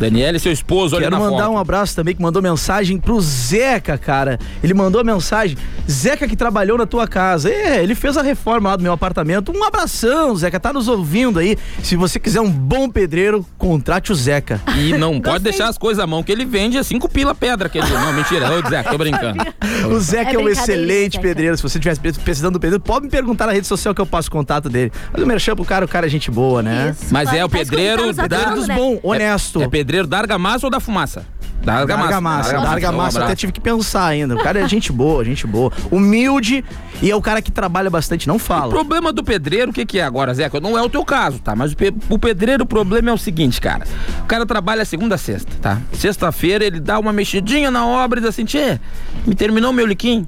Daniele, seu esposo, olha Quero na mandar foto. um abraço também que mandou mensagem pro Zeca, cara. Ele mandou mensagem. Zeca que trabalhou na tua casa. É, ele fez a reforma lá do meu apartamento. Um abração, Zeca. Tá nos ouvindo aí. Se você quiser um bom pedreiro, contrate o Zeca. E não pode deixar as coisas à mão, que ele vende a cinco pila pedra. Quer dizer, não, mentira, ô, Zé, tô brincando. O Zeca é, É um brincadeira, excelente Zeca. pedreiro. Se você estiver precisando do pedreiro, pode me perguntar na rede social que eu passo o contato dele. Mas o Merchan pro cara, o cara é gente boa, né? Mas é o pedreiro da... da... pedreiro né? dos bom, honesto. É, é pedreiro da argamassa ou da fumaça? Da Larga argamassa. massa, larga massa. Um Até abraço. tive que pensar ainda. O cara é gente boa, gente boa. Humilde e é o cara que trabalha bastante, não O fala. problema do pedreiro, o que, que é agora, Zeca? Não é o teu caso, tá? Mas o, pe- o pedreiro, o problema é o seguinte, cara. O cara trabalha segunda a sexta, tá? Sexta-feira ele dá uma mexidinha na obra e diz assim, tchê, me terminou meu liquinho.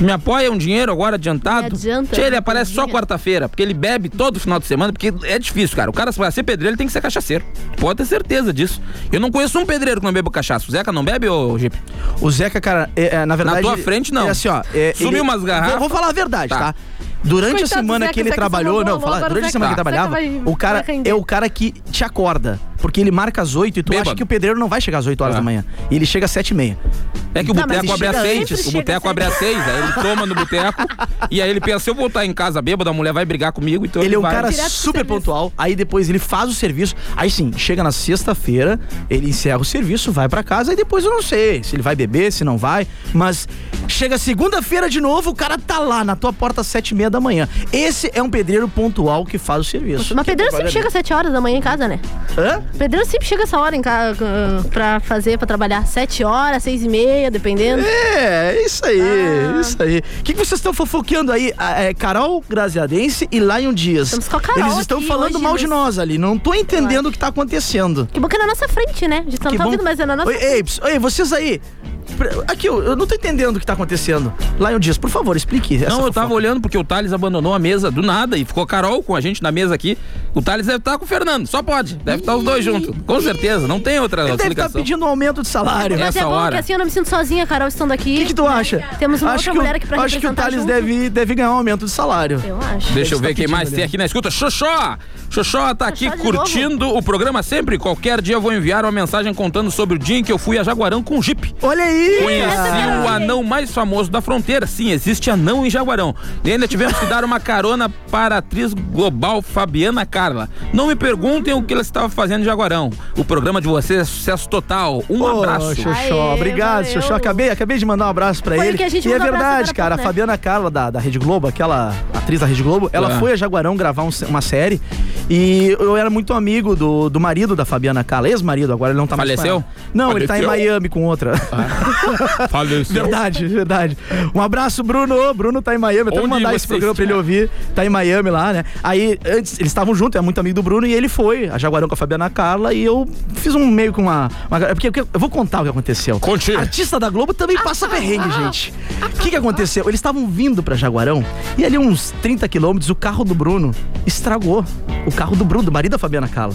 Me apoia um dinheiro agora adiantado? adianta, Tchê, ele né? aparece só quarta-feira, porque ele bebe todo final de semana, porque é difícil, cara. O cara, pra ser pedreiro, ele tem que ser cachaceiro. Pode ter certeza disso. Eu não conheço um pedreiro que não beba cachaça. O Zeca não bebe, ô Jeep? O Zeca, cara, é, é, na verdade. tua frente, não. É assim, ó. é, Sumiu ele- umas garrafas. Vou, vou falar a verdade, tá? Tá. Durante Coitado a do semana Zeca, que ele Zeca se trabalhou, mandou não, logo, falar, agora o durante a Zeca- semana que Tá. ele trabalhava, Zeca vai- o cara vai render. é o cara que te acorda. Porque ele marca às 8 e tu acha que o pedreiro não vai chegar às 8 Tá. horas da manhã. E ele chega às 7 e meia. É que o Tá, mas boteco ele abre às chega seis. antes, O chega boteco abre às seis. Aí ele toma no boteco. e aí ele pensa: se eu voltar em casa bêbado, a mulher vai brigar comigo. Então ele, Ele é um vai. cara super pontual, aí depois ele faz o serviço, aí sim, chega na sexta-feira, ele encerra o serviço, vai pra casa, e depois eu não sei se ele vai beber, se não vai, mas chega segunda-feira de novo, o cara tá lá na tua porta às sete e meia da manhã. Esse é um pedreiro pontual que faz o serviço. Mas pedreiro sempre chega às 7 horas da manhã em casa, né? Hã? Pedreiro sempre chega essa hora em casa pra fazer, pra trabalhar. 7 horas, 6 e meia, dependendo. É, isso aí, Ah. isso aí. O que, que vocês estão fofoqueando aí? Ah, é, Carol Graziadense e Lion Dias. Estamos com a Carol Eles estão aqui falando hoje mal de nos- nós ali, não tô entendendo o que tá acontecendo. Que bom que é na nossa frente, né? A gente não Que tá bom. ouvindo, mas é na nossa Oi, ei, ps- ei, vocês aí. Pre- Aqui, eu, eu não tô entendendo o que tá acontecendo. Lion Dias, por favor, explique. Essa Não, eu tava olhando porque o Thales abandonou a mesa do nada e ficou Carol com a gente na mesa aqui. O Thales deve estar com o Fernando, só pode. Deve estar os dois juntos. Com certeza, não tem outra Ele deve estar explicação. pedindo um aumento de salário. Mas é bom que assim eu não me sinto sozinha, Carol, estando aqui. O que, tu acha? Temos uma acho outra que o- mulher aqui pra Acho que o representar Thales junto. deve, deve ganhar um aumento de salário. Eu acho. Deixa eu Deve ver estar quem mais tá pedindo né? tem ali. aqui na escuta. Xoxó! Xoxó tá aqui de curtindo o programa sempre. Qualquer dia eu vou enviar uma mensagem contando sobre o dia em que eu fui a Jaguarão com o Jeep. Olha aí! Conheci o anão mais famoso da fronteira. Sim, existe anão em Jaguarão. E ainda tivemos que dar uma carona para a atriz global Fabiana Carla. Não me perguntem o que ela estava fazendo em Jaguarão. O programa de vocês é sucesso total. Um Ô, abraço. Xoxó, obrigado, Xoxó. Acabei, acabei de mandar um abraço pra Foi ele. que a gente e é mandou abraço agora verdade, há cara. A pouco, né? Fabiana Carla, da, da Rede Globo, aquela atriz da Rede Globo, ela Ah. foi a Jaguarão gravar um- uma série. E eu era muito amigo do, do marido da Fabiana Carla, ex-marido, agora ele não tá Faleceu? mais. com ela. Não, ele tá em Faleceu? Ah, Miami com outra. Faleceu. Verdade, verdade. Um abraço, Bruno. Bruno tá em Miami. Eu até vou Onde mandar esse você programa pra ele ouvir. Tá em Miami lá, né? Aí, antes, eles estavam juntos, é muito amigo do Bruno, e ele foi a Jaguarão com a Fabiana Carla. E eu fiz um meio com uma. uma é porque eu, eu vou contar o que aconteceu. Conte. Artista da Globo também passa perrengue, gente. O que, que aconteceu? Eles estavam vindo pra Jaguarão, e ali uns 30 quilômetros, o carro do Bruno estragou. O carro do Bruno, do marido da Fabiana Cala.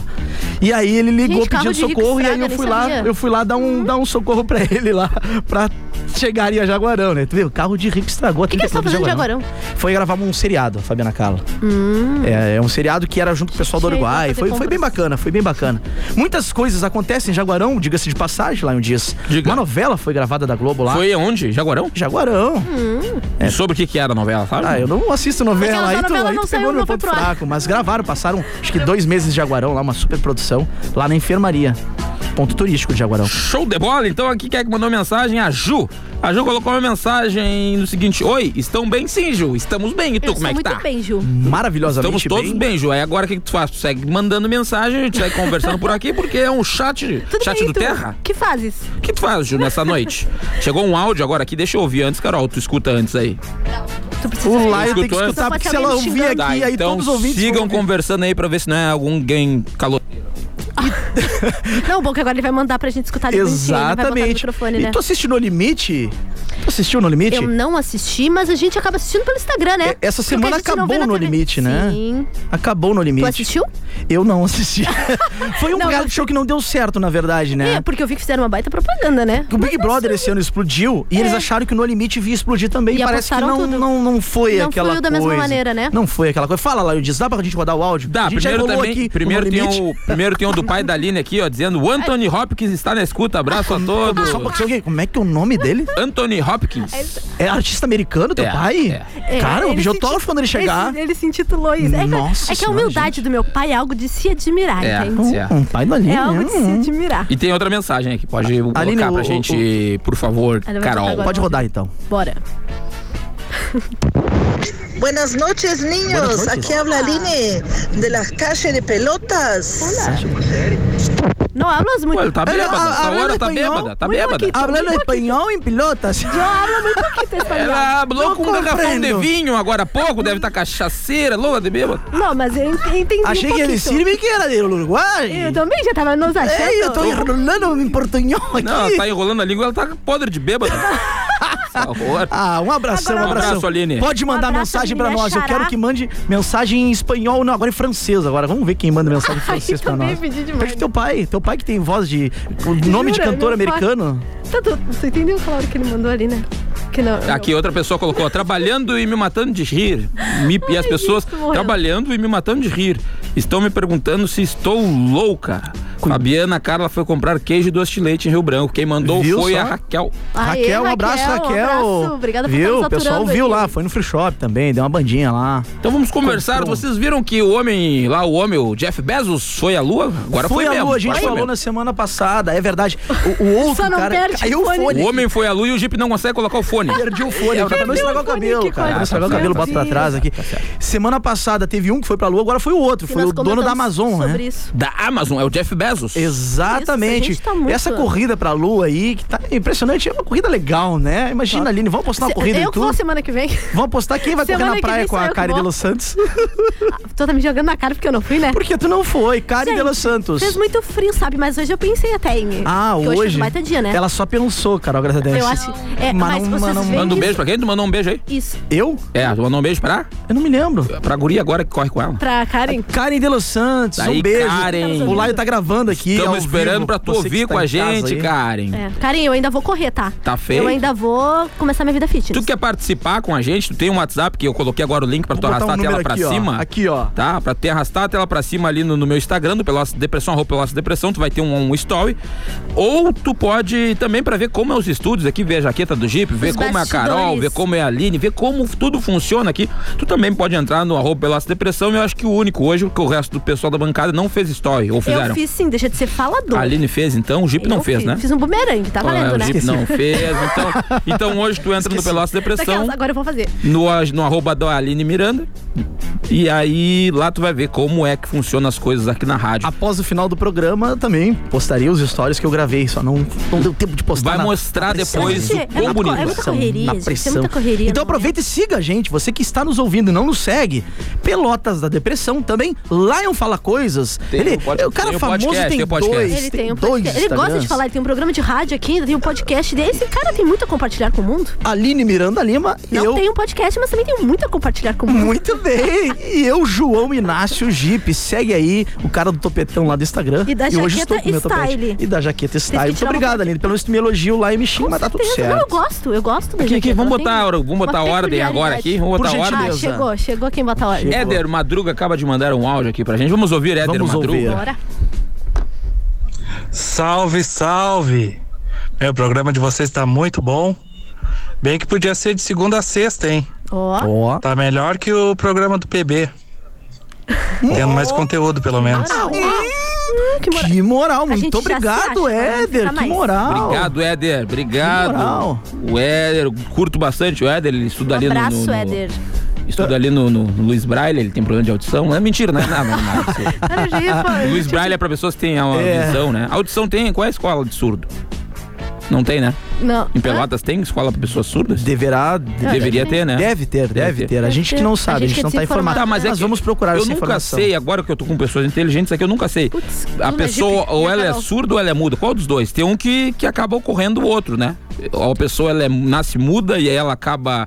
E aí ele ligou Gente, carro pedindo de socorro e aí Rick eu Estrada, fui nem lá, sabia. eu fui lá dar um, dar um socorro pra ele lá, pra chegar em Jaguarão, né? Tu viu? O carro de Rick estragou. O que eles estavam fazendo em Jaguarão? Foi gravar um seriado, a Fabiana Cala. Hum. É, é um seriado que era junto com o pessoal do Chega, Uruguai. fazer Foi, foi bem bacana, foi bem bacana. Muitas coisas acontecem em Jaguarão, diga-se de passagem, lá um dia. Uma novela foi gravada da Globo lá. Foi onde? Jaguarão? Jaguarão. Hum. E sobre o que, que era a novela, sabe? Ah, eu não assisto novela. Aquela Aí tu, novela aí não tu saiu, pegou no meu não foi ponto pro ar. fraco. Mas gravaram, passaram acho que dois meses de Jaguarão lá, uma super produção, lá na enfermaria. Ponto turístico de Jaguarão. Show de bola, então aqui quem é que mandou mensagem? A Ju. A Ju colocou uma mensagem no seguinte: Oi, estão bem sim, Ju? Estamos bem. E tu, Eu como é sou que muito tá? bem, Ju. Maravilhosamente Estamos todos bem. bem, Ju. Aí agora o que, que tu faz? Tu segue mandando mensagem, a gente segue conversando por aqui, porque é um chat, Tudo chat bem, do tu? Terra. que fazes? O que tu faz, Ju, nessa noite? Chegou um áudio agora aqui, deixa eu ouvir antes, Carol. Tu escuta antes aí. Tu O Laio Escutou tem que antes? escutar, porque se ela ouvir aqui, Tá, aí então todos os ouvintes. Sigam conversando aí pra ver se não é alguém calor. Não, o bom que agora ele vai mandar pra gente escutar ali bonitinho, ele vai botar no Exatamente. microfone, E né? tu assistiu No Limite? Tu assistiu No Limite? Eu não assisti, mas a gente acaba assistindo pelo Instagram, né? É, Essa Porque a semana gente não vê acabou na No TV. Limite, né? Sim. Acabou No Limite. Tu assistiu? Eu não assisti. Foi um reality show que não deu certo, na verdade, né? É, porque eu vi que fizeram uma baita propaganda, né? O Big Brother esse ano explodiu e É. eles acharam que o No Limite ia explodir também. E parece que apostaram não, tudo. não, não foi Não aquela coisa. fluiu da mesma maneira, né? Não foi aquela coisa. Fala lá, eu disse, dá pra gente rodar o áudio? Dá, a gente já primeiro rolou também. aqui. primeiro, no tem Limite. o, primeiro tem o do pai da Aline aqui, ó, dizendo: o Anthony Hopkins está na escuta, abraço a todos. Só um pouquinho, alguém, como é que é o nome dele? Anthony Hopkins. É artista americano, teu É, pai? É, Cara, eu ele pedi se autógrafo quando ele chegar. Ele, ele se intitulou isso. É que- Nossa é que, a senhora, humildade do meu pai é algo de se admirar, É, entende? é. Um pai hum, da Aline, É algo de se admirar. E tem outra mensagem aqui, pode colocar Ah, Aline, o- pra o- gente, por favor, Ela vai tocar Carol. agora. Pode rodar então. Bora. Buenas noches, niños. Buenas noches. Aquí habla Aline de las calles de pelotas. No hablas muito. Ué, tá Ele- bêbada, a- essa hablando hora tá espanhol, bêbada, tá muito bêbada. poquito, Hablando espanhol em pilotas. Ela hablou Não com um garrafão de compreendo. vinho agora há pouco, deve estar cachaceira, louca de bêbado. Não, mas eu en- entendi Achei um que ele pouquinho. sirve que era Eh, do Uruguai. Eu também já tava nos achando. Ei, eu tô enrolando em portunhol aqui. Não, ela tá enrolando a língua, ela tá podre de bêbado. Essa horror. Ah, um abração, Agora- um abração. Um abraço, Aline. Pode mandar Um abraço, mensagem Aline, pra nós. Eu achará. quero que mande mensagem em espanhol, não, agora em francês. Agora vamos ver quem manda mensagem em francês pra também nós. pedi demais. Pede teu pai, teu pai que tem voz de o nome de Jura? cantor Meu pai- americano. Tá, tu, você entendeu claro que ele mandou ali, né? Que não. Aqui outra pessoa colocou, trabalhando e me matando de rir. Me- e as pessoas isso, morreu. trabalhando e me matando de rir. Estão me perguntando se estou louca. Fabiana Carla foi comprar queijo e doce de leite em Rio Branco. Quem mandou Viu foi só? a Raquel. Aê, Raquel, um abraço, Raquel. abraço. Obrigada por viu? estar O pessoal viu lá, foi no free shop também, deu uma bandinha lá. Então vamos conversar. Vocês viram que o homem lá, o homem, o Jeff Bezos, foi à lua? Agora foi, foi a mesmo. lua, a gente agora foi falou mesmo. na semana passada, é verdade. O, o outro Só não cara perde caiu o fone. fone. O homem foi à lua e o Jeep não consegue colocar o fone. Perdi o fone, eu também tá estragar o cabelo, cara. Também estragar o cabelo, bota pra trás aqui. Tá Semana passada teve um que foi pra lua, agora foi o outro, foi nós o dono da comentamos Amazon, né? sobre isso. Da Amazon, é o Jeff Bezos. Exatamente. Isso, a gente tá muito- Essa corrida pra lua aí, que tá impressionante, é uma corrida legal, né? Imagina, Aline, vamos postar uma Se- corrida eu em que vou tudo. semana que vem. Vamos postar quem vai correr Semana na que praia vem com sou a eu que Karen de vou. Los Santos. Tô tá me jogando na cara porque eu não fui, né? Porque tu não foi, Karen de Los Santos. Fez muito frio, sabe? Mas hoje eu pensei até em. Ah, que hoje. Hoje fez um baita dia, né? Ela só pensou, Carol, graças a Deus. Eu acho. É, mas, Mas não- vocês não- veem Manda um que beijo pra quem? Tu mandou um beijo aí? Isso. Eu? É, tu mandou um beijo pra? Eu não me lembro. Pra guria agora que corre com ela. Pra Karen. Karen de Los Santos, Daí, um beijo. Karen. O Laio tá gravando aqui. ao Estamos vivo. esperando pra tu Você que ouvir está com em a casa gente, aí. Karen. É. Karen, eu ainda vou correr, tá? Tá feio? Eu ainda vou começar minha vida fitness. é Tu quer participar com a gente? Tu tem um WhatsApp que eu coloquei agora o link pra tu Vou botar arrastar um a tela número pra aqui, ó. cima. Aqui, ó. Tá? Pra te arrastar a tela pra cima ali no, no meu Instagram, do Pelotas Depressão, arroba Pelotas Depressão, tu vai ter um, um story. Ou tu pode também pra ver como é os estúdios aqui, ver a jaqueta do Jeep, ver Os como é a Carol, bastidores. ver como é a Aline, ver como tudo funciona aqui. Tu também pode entrar no arroba Pelotas Depressão e eu acho que o único hoje, porque o resto do pessoal da bancada não fez story, ou fizeram. Eu fiz sim, deixa de ser falador. A Aline fez, então, o Jeep não Eu fez, fiz. né? Fiz um bumerangue, tá é? valendo, Ah, o né? Jeep não fez, então, então hoje tu entra no Pelotas Depressão, Daquelas, agora eu vou fazer. no, a- no arroba da Aline Miranda. E aí lá tu vai ver como é que funciona as coisas aqui na rádio. Após o final do programa, eu também postaria os stories que eu gravei, só não, não deu tempo de postar. Vai na- mostrar na pressão. depois o É quão muita- bonito. é muita correria, Na gente, é pressão. muita correria, Então aproveita e siga a gente. Você que está nos ouvindo e não nos segue, Pelotas da Depressão também. Lion Fala Coisas. Tem ele, o pod- é o cara tem o famoso podcast, tem, tem o podcast. dois. Ele tem um dois podcast. Ele gosta de Instagrams. falar, ele tem um programa de rádio aqui, ainda tem um podcast dele. Esse cara tem muito a compartilhar com o mundo. Aline Miranda Lima e Não eu. tem um podcast, mas também tem muito a compartilhar com o mundo. Muito bem. E eu, João Inácio Jeep, segue aí o cara do topetão lá do Instagram. E da hoje jaqueta estou com o meu topete. style. E da jaqueta style. Muito tirar uma obrigado, Aline, pelo me elogio lá e me xinga, mas tá tudo Não, eu certo. gosto, eu gosto da Aqui, aqui, jaqueta, vamos ela tem botar a hora- vamos uma botar a ordem peculiaridade. agora aqui, vamos botar a ordem. Ah, chegou, chegou quem botar a ordem. Éder Madruga acaba de mandar um áudio aqui pra gente. Vamos ouvir Éder Vamos Madruga. ouvir. É, Bora. Salve, salve! Meu, o programa de vocês tá muito bom. Bem que podia ser de segunda a sexta, hein? Ó. Tá melhor que o programa do PB. Tendo mais conteúdo, pelo menos. Ah, Que moral, muito obrigado, né? Éder. Que moral. Obrigado, Éder. Obrigado. O Éder, eu curto bastante o Éder, ele estuda ali no- no, Um Abraço, no- Éder. Estuda ali no, no Luiz Braille, ele tem problema de audição. Não é mentira, não é nada. Não é nada. Era Luiz Braille é pra pessoas que têm a É. audição, né? Audição tem? Qual é a escola de surdo? Não tem, né? Não. Em Pelotas tem escola pra pessoas surdas? Deverá. Deveria ter, né? Deve ter, deve ter. A gente que não sabe, a gente não tá informado. Tá, mas é Nós que vamos procurar Eu essa nunca informação. sei, agora que eu tô com pessoas inteligentes aqui, eu nunca Ah, sei. a Lula, pessoa, Jeep, ou né, ela é Carol? surda ou ela é muda. Qual dos dois? Tem um que, que acaba ocorrendo o outro, né? Ou a pessoa ela é- nasce muda e aí ela acaba.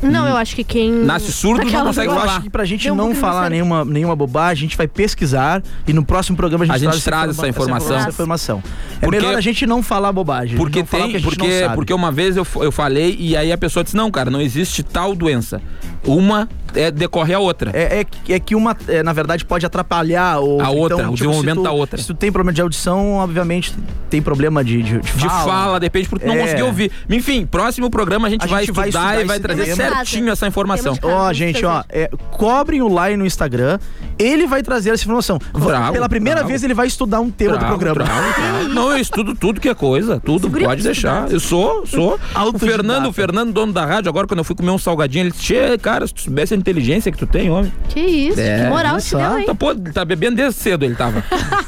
Não, eu acho que quem. Nasce surdo, não Aquela- consegue eu falar. acho que pra gente Deu um não pouquinho falar certo. nenhuma, nenhuma bobagem, a gente vai pesquisar e no próximo programa a gente, A gente traz essa informa- informação. Essa informação. É Porque- melhor a gente não falar bobagem. Porque não falar tem, o que a gente não porque, sabe. porque uma vez eu, f- eu falei e aí a pessoa disse: Não, cara, não existe tal doença. Uma é, decorre a outra. É, é, é que uma, é, na verdade, pode atrapalhar ou, então, tipo, A outra, o desenvolvimento se tu- da outra. Se tu tem problema de audição, obviamente tem problema de, de, de De fala. fala, depende porque tu não É. conseguiu ouvir. Enfim, próximo programa a gente, A vai, gente vai estudar estudar e vai esse trazer tema. certinho essa informação. Ó, gente, ó, é, cobrem o Lai no Instagram, ele vai trazer essa informação. V- Bravo, Pela primeira bravo. vez ele vai estudar um tema do Bravo, programa. bravo, bravo. Não, eu estudo tudo que é coisa, tudo, Guri é pode deixar. estudado. Eu sou, sou. O Autodidata. Fernando, o Fernando, dono da rádio, agora quando eu fui comer um salgadinho, ele disse, "Tchê, cara, se tu soubesse a inteligência que tu tem, homem. Que isso, que moral olha te só. deu, hein? Tá, pô, tá bebendo desde cedo ele tava.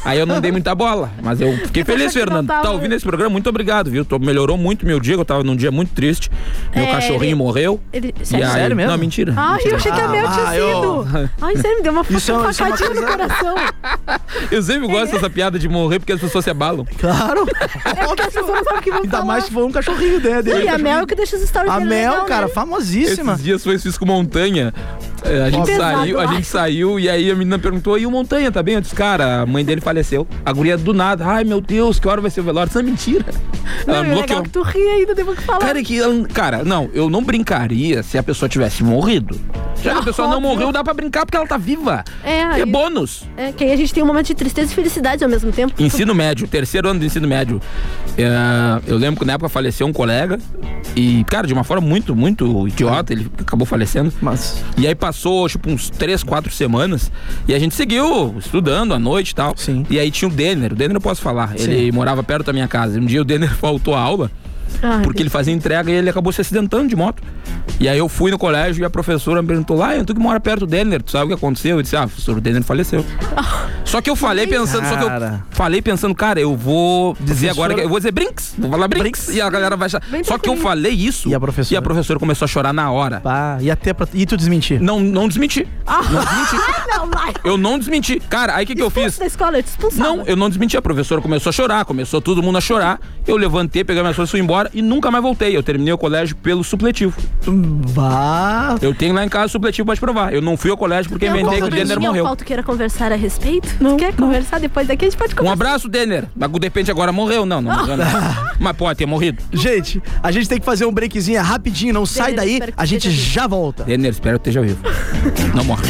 Aí eu não dei muita bola, mas eu fiquei feliz, achando que não Fernando. tava, Tá né? ouvindo esse programa? Muito obrigado, viu? Tô- melhorou muito meu dia, que eu tava num dia muito triste. Meu É, cachorrinho ele- morreu. Ele- E sério? aí- Sério mesmo? Não, mentira. Ai, eu achei que a Mel tinha Ah, eu- sido. Ai, sério, me deu uma Isso é uma- isso é uma facadinha no coração. Eu sempre É. gosto dessa piada de morrer porque as pessoas se abalam. Claro. Ainda mais se for um cachorrinho né, dele. E a Mel é que deixa os stories A dele Mel, legal, né? cara, famosíssima. Esses dias foi Cisco Montanha. é, a gente pesado, saiu, a ai. gente saiu e aí a menina perguntou: "E o Montanha tá bem?" Eu disse: "Cara, a mãe dele faleceu. A guria do nada. Ai, meu Deus, que hora vai ser o velório?" Isso é mentira. Não, e o legal é que tu ri ainda, devo que falar. Ah, Cara, é que ela- cara, não, eu não brincaria se a pessoa tivesse morrido. Já que a pessoa não Ah, Óbvio. morreu, dá pra brincar porque ela tá viva. É, É aí- bônus. É, que aí a gente tem um momento de tristeza e felicidade ao mesmo tempo. Ensino médio, terceiro ano do ensino médio. É, eu lembro que na época faleceu um colega e, cara, de uma forma muito, muito idiota, ele acabou falecendo. Mas. E aí passou, tipo, uns três, quatro semanas e a gente seguiu estudando à noite e tal. Sim. E aí tinha o Denner, o Denner eu posso falar, ele morava perto da minha casa. Um dia o Denner faltou a aula. Ai, Porque ele fazia entrega e ele acabou se acidentando de moto. E aí eu fui no colégio e a professora me perguntou: Lion, tu que mora perto do Denner, tu sabe o que aconteceu? Eu disse: Ah, professor, o Denner faleceu. Só que eu falei pensando, só que eu Cara. falei pensando, cara, eu vou dizer Professora- agora que eu vou dizer Brinks, vou falar Brinks, e a galera vai achar. Bem Só que eu tranquilinho. falei isso e a professora, começou a chorar na hora. Pá, e até pra... E tu desmentir? Não, não desmenti. Não desmenti. Não, vai. Eu não desmenti. Cara, aí o que, que eu fiz? Da escola, eu te expulsava. Não, eu não desmenti. A professora começou a chorar, começou todo mundo a chorar. Eu levantei, peguei minhas coisas, fui embora e nunca mais voltei. Eu terminei o colégio pelo supletivo. Bah. Eu tenho lá em casa o supletivo pra te provar. Eu não fui ao colégio porque Tem algum inventei que o probleminha Denner ao morreu. qual tu queira conversar a respeito? Não. Quer conversar depois daqui? A gente pode Um conversar. abraço, Denner. Mas de repente agora morreu. Não, não morreu. não. Mas pode ter morrido. Gente, a gente tem que fazer um breakzinho rapidinho, não sai daí, espero que a gente já volta. Denner, espero que esteja vivo. Não morre.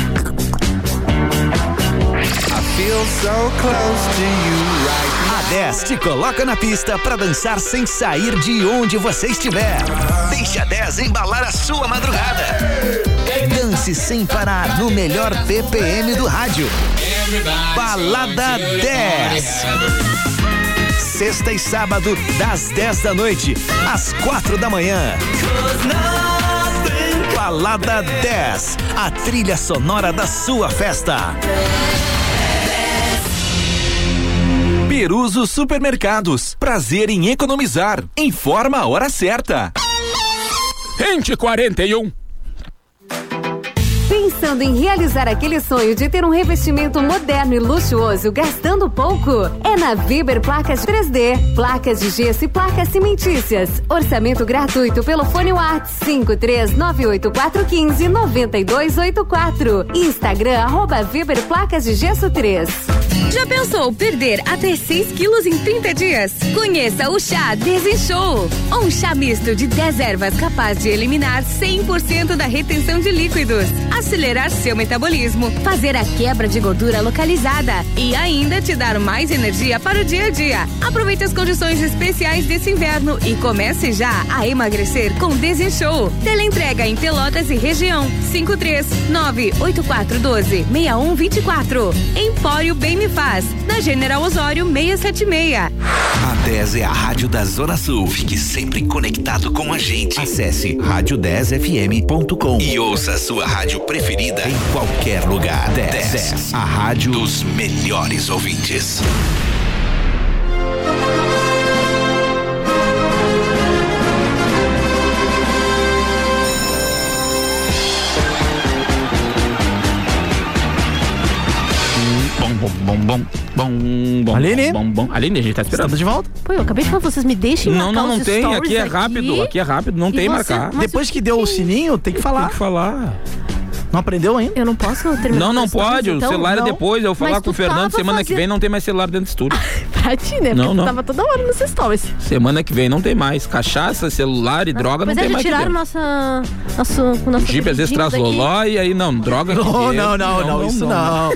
A 10 te coloca na pista pra dançar sem sair de onde você estiver. Deixe a 10 embalar a sua madrugada. Dance sem parar no melhor BPM do rádio. Balada 10. Sexta e sábado, das 10 da noite às 4 da manhã. Balada 10, a trilha sonora da sua festa. Peruso Supermercados. Prazer em economizar. Informa a hora certa. um. Gente, 41. Pensando em realizar aquele sonho de ter um revestimento moderno e luxuoso gastando pouco? É na Viber Placas 3D, placas de gesso e placas cimentícias. Orçamento gratuito pelo fone WhatsApp 53984159284. Instagram arroba Viber Placas de Gesso 3. Já pensou perder até 6 quilos em 30 dias? Conheça o chá Desinchou. Um chá misto de 10 ervas capaz de eliminar 100% da retenção de líquidos, acelerar seu metabolismo, fazer a quebra de gordura localizada e ainda te dar mais energia para o dia a dia. Aproveite as condições especiais desse inverno e comece já a emagrecer com Desinchou. Teleentrega em Pelotas e região 539 8412 6124. Empório Bem Me Faz, na General Osório 676. A 10 é a rádio da Zona Sul. Fique sempre conectado com a gente. Acesse rádio10fm.com e ouça a sua rádio preferida em qualquer lugar. 10, 10, a rádio dos melhores ouvintes. Bom, bom, bom, bom, bom, bom. Aline? Bom, bom. Aline, a gente tá esperando. de volta? Pô, eu acabei de falar, vocês me deixem Não, não, marcar não os tem. stories Aqui é rápido. Aqui é rápido. Não E tem você- marcar. mas Depois que deu o sininho, tem que falar. Tem que falar. Não aprendeu ainda? Eu não posso terminar. Não, não meus stories, pode. então? o celular Não. é depois. Eu vou falar Mas com o tu Fernando. tava Semana que vem fazendo- não tem mais celular dentro do estúdio. Pra ti, né? Porque Não, tu não. tava toda hora nos stories. Semana que vem não tem mais. Cachaça, celular e droga Mas não é, tem já mais. aqui tiraram dentro. nossa, nosso, o nosso O Jeep às vezes apelidinho traz daqui. loló e aí não, droga. aqui Não, dentro. não, não, não, isso não.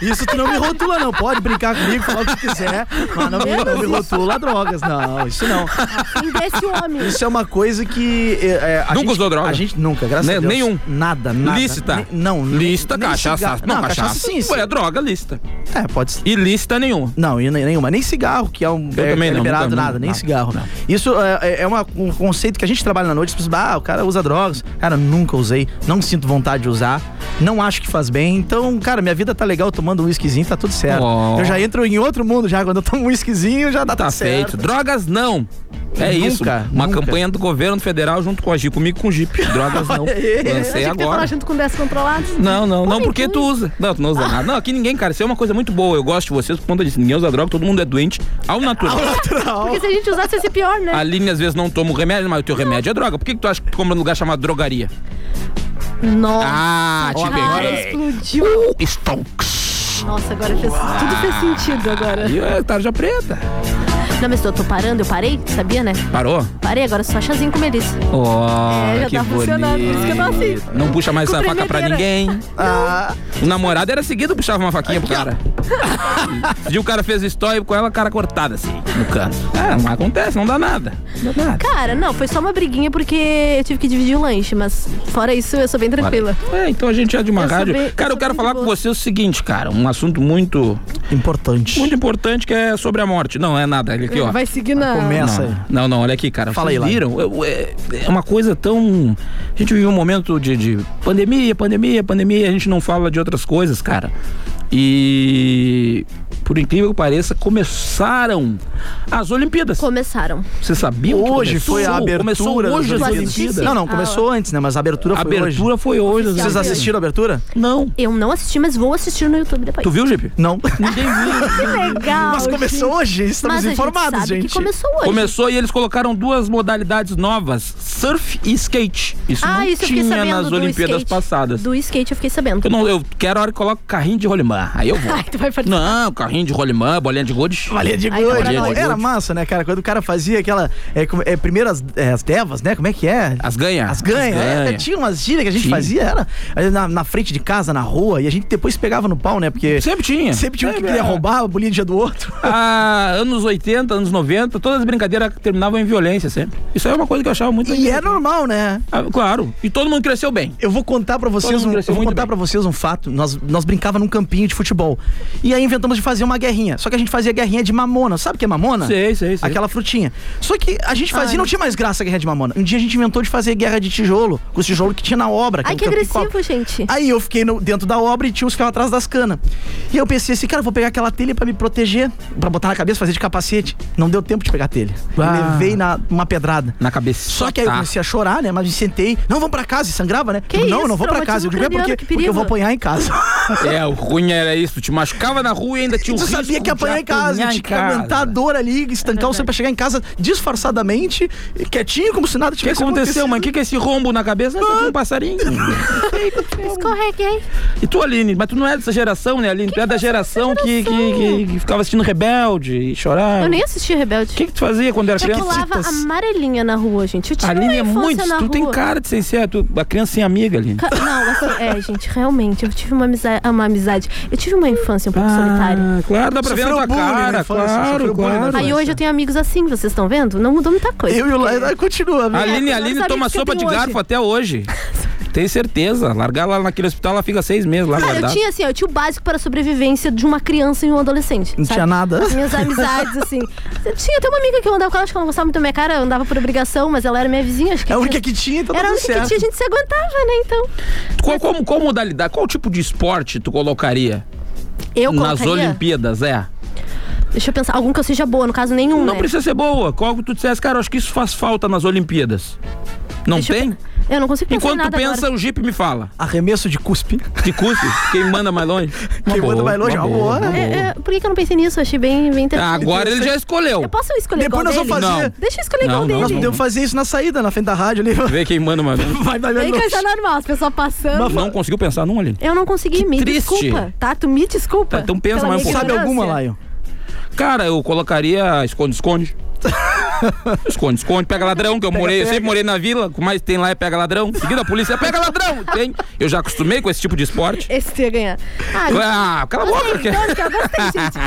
Isso tu não me rotula, não. Pode brincar comigo, falar o que quiser, mas não me, não me rotula drogas, não. Isso não. Fim desse homem. Isso é uma coisa que. É, é, a Nunca gente- usou droga? A gente nunca, graças Ne- a Deus. nenhum. Nada, nada. Lícita. Ne- não, nem- Lícita, nem cachaça. cigarro. Não, cachaça, sim, sim. É droga lícita. É, pode ser. Ilícita nenhuma. Não, e nem- nenhuma. Nem cigarro, que é um. Eu é, também é não, liberado nunca, nada, não, nem não, cigarro. Isso é, é- é uma- um conceito que a gente trabalha na noite, tipo, ah, o cara usa drogas. Cara, nunca usei, não sinto vontade de usar, não acho que faz bem. Então, cara, minha vida tá legal tomando um whiskyzinho, tá tudo certo. Oh. Eu já entro em outro mundo já, quando eu tomo um whiskyzinho, já dá Tá tudo feito. certo. Drogas não. É Nunca, isso. Uma nunca. campanha do governo federal junto com a Jeep, comigo com o Jeep. Drogas não. Lancei Achei que tu ia falar agora. junto com 10 controlados. Não, não, não, porque então. tu usa. Não, tu não Ah. usa nada. Não, aqui ninguém, cara, isso é uma coisa muito boa. Eu gosto de vocês por conta disso. Ninguém usa droga, todo mundo é doente ao natural. Porque se a gente usasse, ia ser pior, né? A Aline às vezes não toma o remédio, mas o teu remédio é droga. Por que, que tu acha que tu compra num lugar chamado drogaria? Nossa. Ah, te agora peguei. explodiu. Nossa, agora fez, tudo fez sentido agora. E é tarja preta. Não, mas eu tô parando, eu parei, tu sabia, né? Parou? Parei, agora é só chazinho com melissa. Oh, É, já que tá funcionando, por isso que eu tô assim. bonito. Não puxa mais essa faca pra Comprimedeira. ninguém. O namorado era seguido, puxava uma faquinha pro cara. Esse dia o cara fez story com ela, cara cortada assim, no canto. Ah, não acontece, não dá nada. Cara, não, foi só uma briguinha porque eu tive que dividir o lanche, mas fora isso eu sou bem tranquila. É, então a gente é de uma Eu sou rádio. bem- eu cara, eu, sou quero bem de falar com você o seguinte, cara. Um assunto muito. Importante. Muito importante que é sobre a morte. Não, é nada. Ele aqui, ó. Vai seguir na. não, Não, não, olha aqui, cara. Fala Vocês aí, Lago. viram? Eu- é, é uma coisa tão. A gente vive um momento de, de pandemia, pandemia, pandemia, a gente não fala de outras coisas, cara. E. Por incrível que pareça, começaram as Olimpíadas. Começaram. Você sabia? Hoje foi a abertura. Tipo, Começou hoje das as Olimpíadas. Olimpíadas. Não, não, começou antes, né? Mas a abertura A foi hoje. abertura foi hoje. né? Vocês assistiram a abertura? Não. Eu não assisti, mas vou assistir no YouTube depois. Tu viu, Jeep? Não. Ninguém viu. Que legal. Mas começou hoje, estamos Mas a gente informados, sabe que gente. começou hoje. Começou e eles colocaram duas modalidades novas: surf e skate. Isso ah, não isso eu fiquei tinha sabendo nas do Olimpíadas skate. passadas. Do skate eu fiquei sabendo. Eu, não, eu quero a hora que coloca carrinho de rolimã. Aí eu vou. Ai, tu vai participar. não, carrinho de rolimã, bolinha de gude. Valia é de Ai, tá gude. pra nós. Era massa, né, cara? Quando o cara fazia aquela. É, como- é, primeiro as, é, as devas, né? Como é que é? As ganha. As ganhas. As ganha. é, tinha umas gírias que a gente Tinha. fazia, era aí na, na frente de casa, na rua, e a gente depois pegava no pau, né? Porque. Sempre tinha. Sempre tinha um que Sempre queria era. roubar a bolinha dia do outro. Ah, anos 80, anos 90, todas as brincadeiras terminavam em violência sempre. Isso aí é uma coisa que eu achava muito. E é normal, né? Ah, claro. E todo mundo cresceu bem. Eu vou contar pra Todo vocês mundo um, eu cresceu vou muito contar bem. para vocês um fato. Nós nós brincava num campinho de futebol. E aí inventamos de fazer uma guerrinha. Só que a gente fazia guerrinha de mamona. Sabe o que é mamona? Sei, sei, sei. Aquela frutinha. Só que a gente fazia Ai. e não tinha mais graça a guerra de mamona. Um dia a gente inventou de fazer guerra de tijolo, com os tijolos que tinha na obra. era Ai, que um campo de agressivo, copa. gente. Aí eu fiquei no- dentro da obra e tinha os carros atrás das canas. E eu pensei assim, cara, eu vou pegar aquela telha pra me proteger, pra botar na cabeça, fazer de capacete. Não deu tempo de pegar a telha. Eu Ah. Levei na, uma pedrada. Na cabeça. Tá. Só que aí eu comecei a chorar, né? Mas me sentei. Não, vamos pra casa. E sangrava, né? Digo, não, eu não vou pra casa. Eu digo, é porque, porque eu vou apanhar em casa. É, o ruim era isso. Tu te machucava na rua e ainda tinha o Tu risco sabia que ia de apanhar em casa, apanhar tinha em que aguentar a dor ali, É estancar o sangue pra chegar em casa disfarçadamente, quietinho, como se O nada que tivesse aconteceu, mãe? O que, que é esse rombo na cabeça? Não, isso aqui é um passarinho. Escorreguei. E tu, Aline, mas tu não é dessa geração, né, Aline? Tu é da geração, que, que- que- que ficava assistindo Rebelde e chorava. Eu nem É assisti Rebelde. O que, que tu fazia quando era eu criança? pulava amarelinha na rua, gente. Eu tinha Aline uma é infância muito. na Tu tem rua. cara de sem ser tu, a criança sem amiga, Aline. Ca- Não, assim, é, gente, realmente, eu tive uma amizade, uma amizade. Eu tive uma infância um pouco solitária. Ah, claro, dá pra ver na tua cara, claro, claro. Aí hoje eu tenho amigos assim, vocês estão vendo? Não mudou muita coisa. Eu e o Laila continua, A Aline, a Aline toma sopa de garfo até hoje. Tem certeza. Largar lá naquele hospital, ela fica seis meses lá Cara, eu guardada. tinha assim, ó, eu tinha o básico para a sobrevivência de uma criança e um adolescente. Não sabe? tinha nada. As minhas amizades, assim. Eu tinha até uma amiga que eu andava com ela, acho que ela não gostava muito da minha cara, eu andava por obrigação, mas ela era minha vizinha, acho que. É a única que tinha, então tá Era a tudo única que certo. tinha, a gente se aguentava, né? Então. Qual, qual, qual modalidade, qual tipo de esporte tu colocaria? Eu Nas colocaria? Olimpíadas, é. Deixa eu pensar, algum que eu seja boa, no caso, nenhum. Não né? precisa ser boa. Qual que tu dissesse, cara, eu acho que isso faz falta nas Olimpíadas. Não tem? Eu não consigo pensar em Enquanto tu nada pensa, agora. o Jeep me fala. Arremesso de cuspe. De cuspe? Quem manda mais longe? Quem manda mais longe, uma boa. É, é, por que, que eu não pensei nisso? Eu achei bem, bem interessante. Ah, agora ele já escolheu. Eu posso escolher Depois igual nós vamos dele? fazer. Deixa eu escolher igual dele. Nós podemos fazer isso na saída, na frente da rádio ali. Vê quem manda mais longe. Vai, vai, vai. Bem coisa tá normal, as pessoas passando. Não conseguiu pensar num, Aline? Eu não consegui, me triste. desculpa, tá? Tu me desculpa. Tá, então pensa pela mais um minha pouco. ignorância. Cara, eu colocaria esconde-esconde. Esconde-esconde, pega ladrão, que eu Pega, morei, eu pega. sempre morei na vila, o que mais tem lá é pega ladrão. Seguida a polícia, pega ladrão! Tem. Eu já acostumei com esse tipo de esporte. Esse tu ia ganhar. Ah, cala a gostei, boca, que- gostei, eu gostei, gente.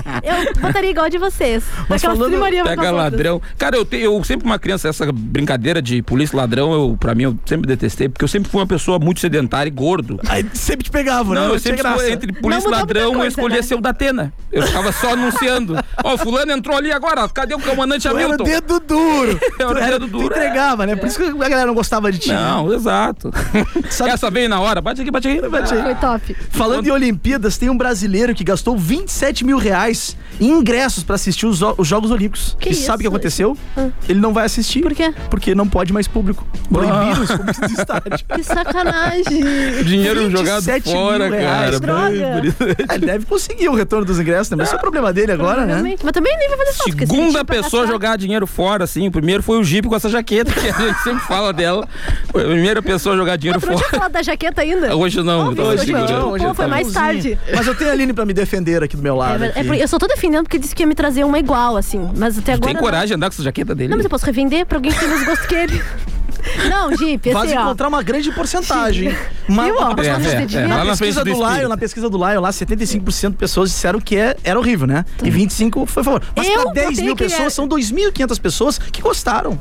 Eu botaria igual a de vocês. Daquelas primarias umas Pega nas outras. ladrão. Cara, eu, te- eu sempre uma criança, essa brincadeira de polícia e ladrão, eu, pra mim, eu sempre detestei, porque eu sempre fui uma pessoa muito sedentária e gordo. Aí sempre te pegava, né? Não, eu Tinha sempre graça. escolhi entre polícia e Não mudou muita ladrão, eu coisa, escolhia né? ser o da Atena. Eu ficava só anunciando. Ó, fulano entrou ali agora, cadê o comandante Tu era Hamilton? o dedo duro. Eu Tu era o era- dedo Tu duro, é. entregava, né? Por isso que a galera não gostava de ti. Não, exato. Essa veio na hora. Bate aqui, bate aqui. Bate aí. Foi top. Falando em Olimpíadas, tem um brasileiro que gastou 27 mil reais em ingressos pra assistir os, o- os Jogos Olímpicos. Que e sabe o que isso? Ah. aconteceu? Ele não vai assistir. Por quê? Porque não pode mais público. Proibiram os públicos de estádio. Que sacanagem. Dinheiro jogado 27 mil fora, cara. reais. Bem, por isso. Ah, Ele deve conseguir o retorno dos ingressos, né? Mas isso é problema dele agora, né? Mas também nem vai fazer falta. porque se Segunda mentir pra pessoa gastar- jogar dinheiro fora, assim. O primeiro foi o Jeep com essa jaqueta, que a gente sempre fala dela. Foi a primeira pessoa a jogar dinheiro Tu não tinha fora. falado da jaqueta ainda? Hoje não, Ouve, hoje hoje não, não. hoje Pô, foi tá mais tarde. Mas eu tenho a Aline pra me defender aqui do meu É, lado. mas é aqui. por- eu só tô defendendo porque disse que ia me trazer uma igual, assim. Mas até agora. Tem não. coragem de andar com essa jaqueta dele? Não, mas eu posso revender pra alguém que tem mais gosto que ele. Não, Jeep, assim, Vai ó. encontrar uma grande porcentagem. hein? Uma, Viu, ó? uma- É, é, Lá na, é. na pesquisa frente do do Laio, espelho. na pesquisa do Laio, lá 75% de pessoas disseram que é, era horrível, né? E 25% foi a favor. Mas Uhum. Eu pra 10 mil botei que pessoas, era- são 2.500 pessoas que gostaram.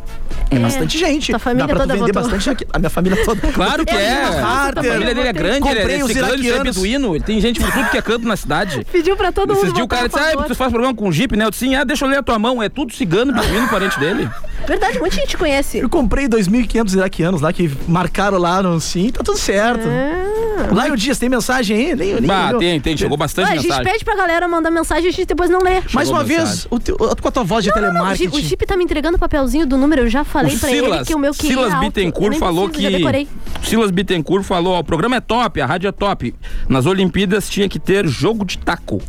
É, É. bastante gente. Tua família Dá pra tu toda vender votou. bastante aqui. A minha família toda. Claro que Eu é. vi na A Harter. família dele é grande, ele Comprei é os ciclano, ele é iraquianos. beduíno. ele Tem gente por tudo que é canto na cidade. Pediu pra todo Esses mundo. dias o cara votar disse, a ah, favor. tu faz programa com o Jeep, né? Eu disse, sim, ah, deixa eu ler a tua mão. É tudo cigano, beduíno, parente dele. Verdade, muita gente conhece. Eu comprei 2.500 iraquianos lá que marcaram lá no Sim, tá tudo certo. Ah. Laio Dias, tem mensagem aí? Nem, nem Ah, olhou. tem, tem, chegou Ué, bastante a gente mensagem. pede pra galera mandar mensagem e a gente depois não lê. Mais uma vez, o teu- com a tua voz de Não, não, não, o Jeep- telemarketing. O Jeep tá me entregando o papelzinho do número, eu já falei O pra ele Silas, que o meu querido. Silas Bittencourt falou Eu que. decorei. o Silas Bittencourt falou: ó, o programa é top, a rádio é top. Nas Olimpíadas tinha que ter jogo de taco.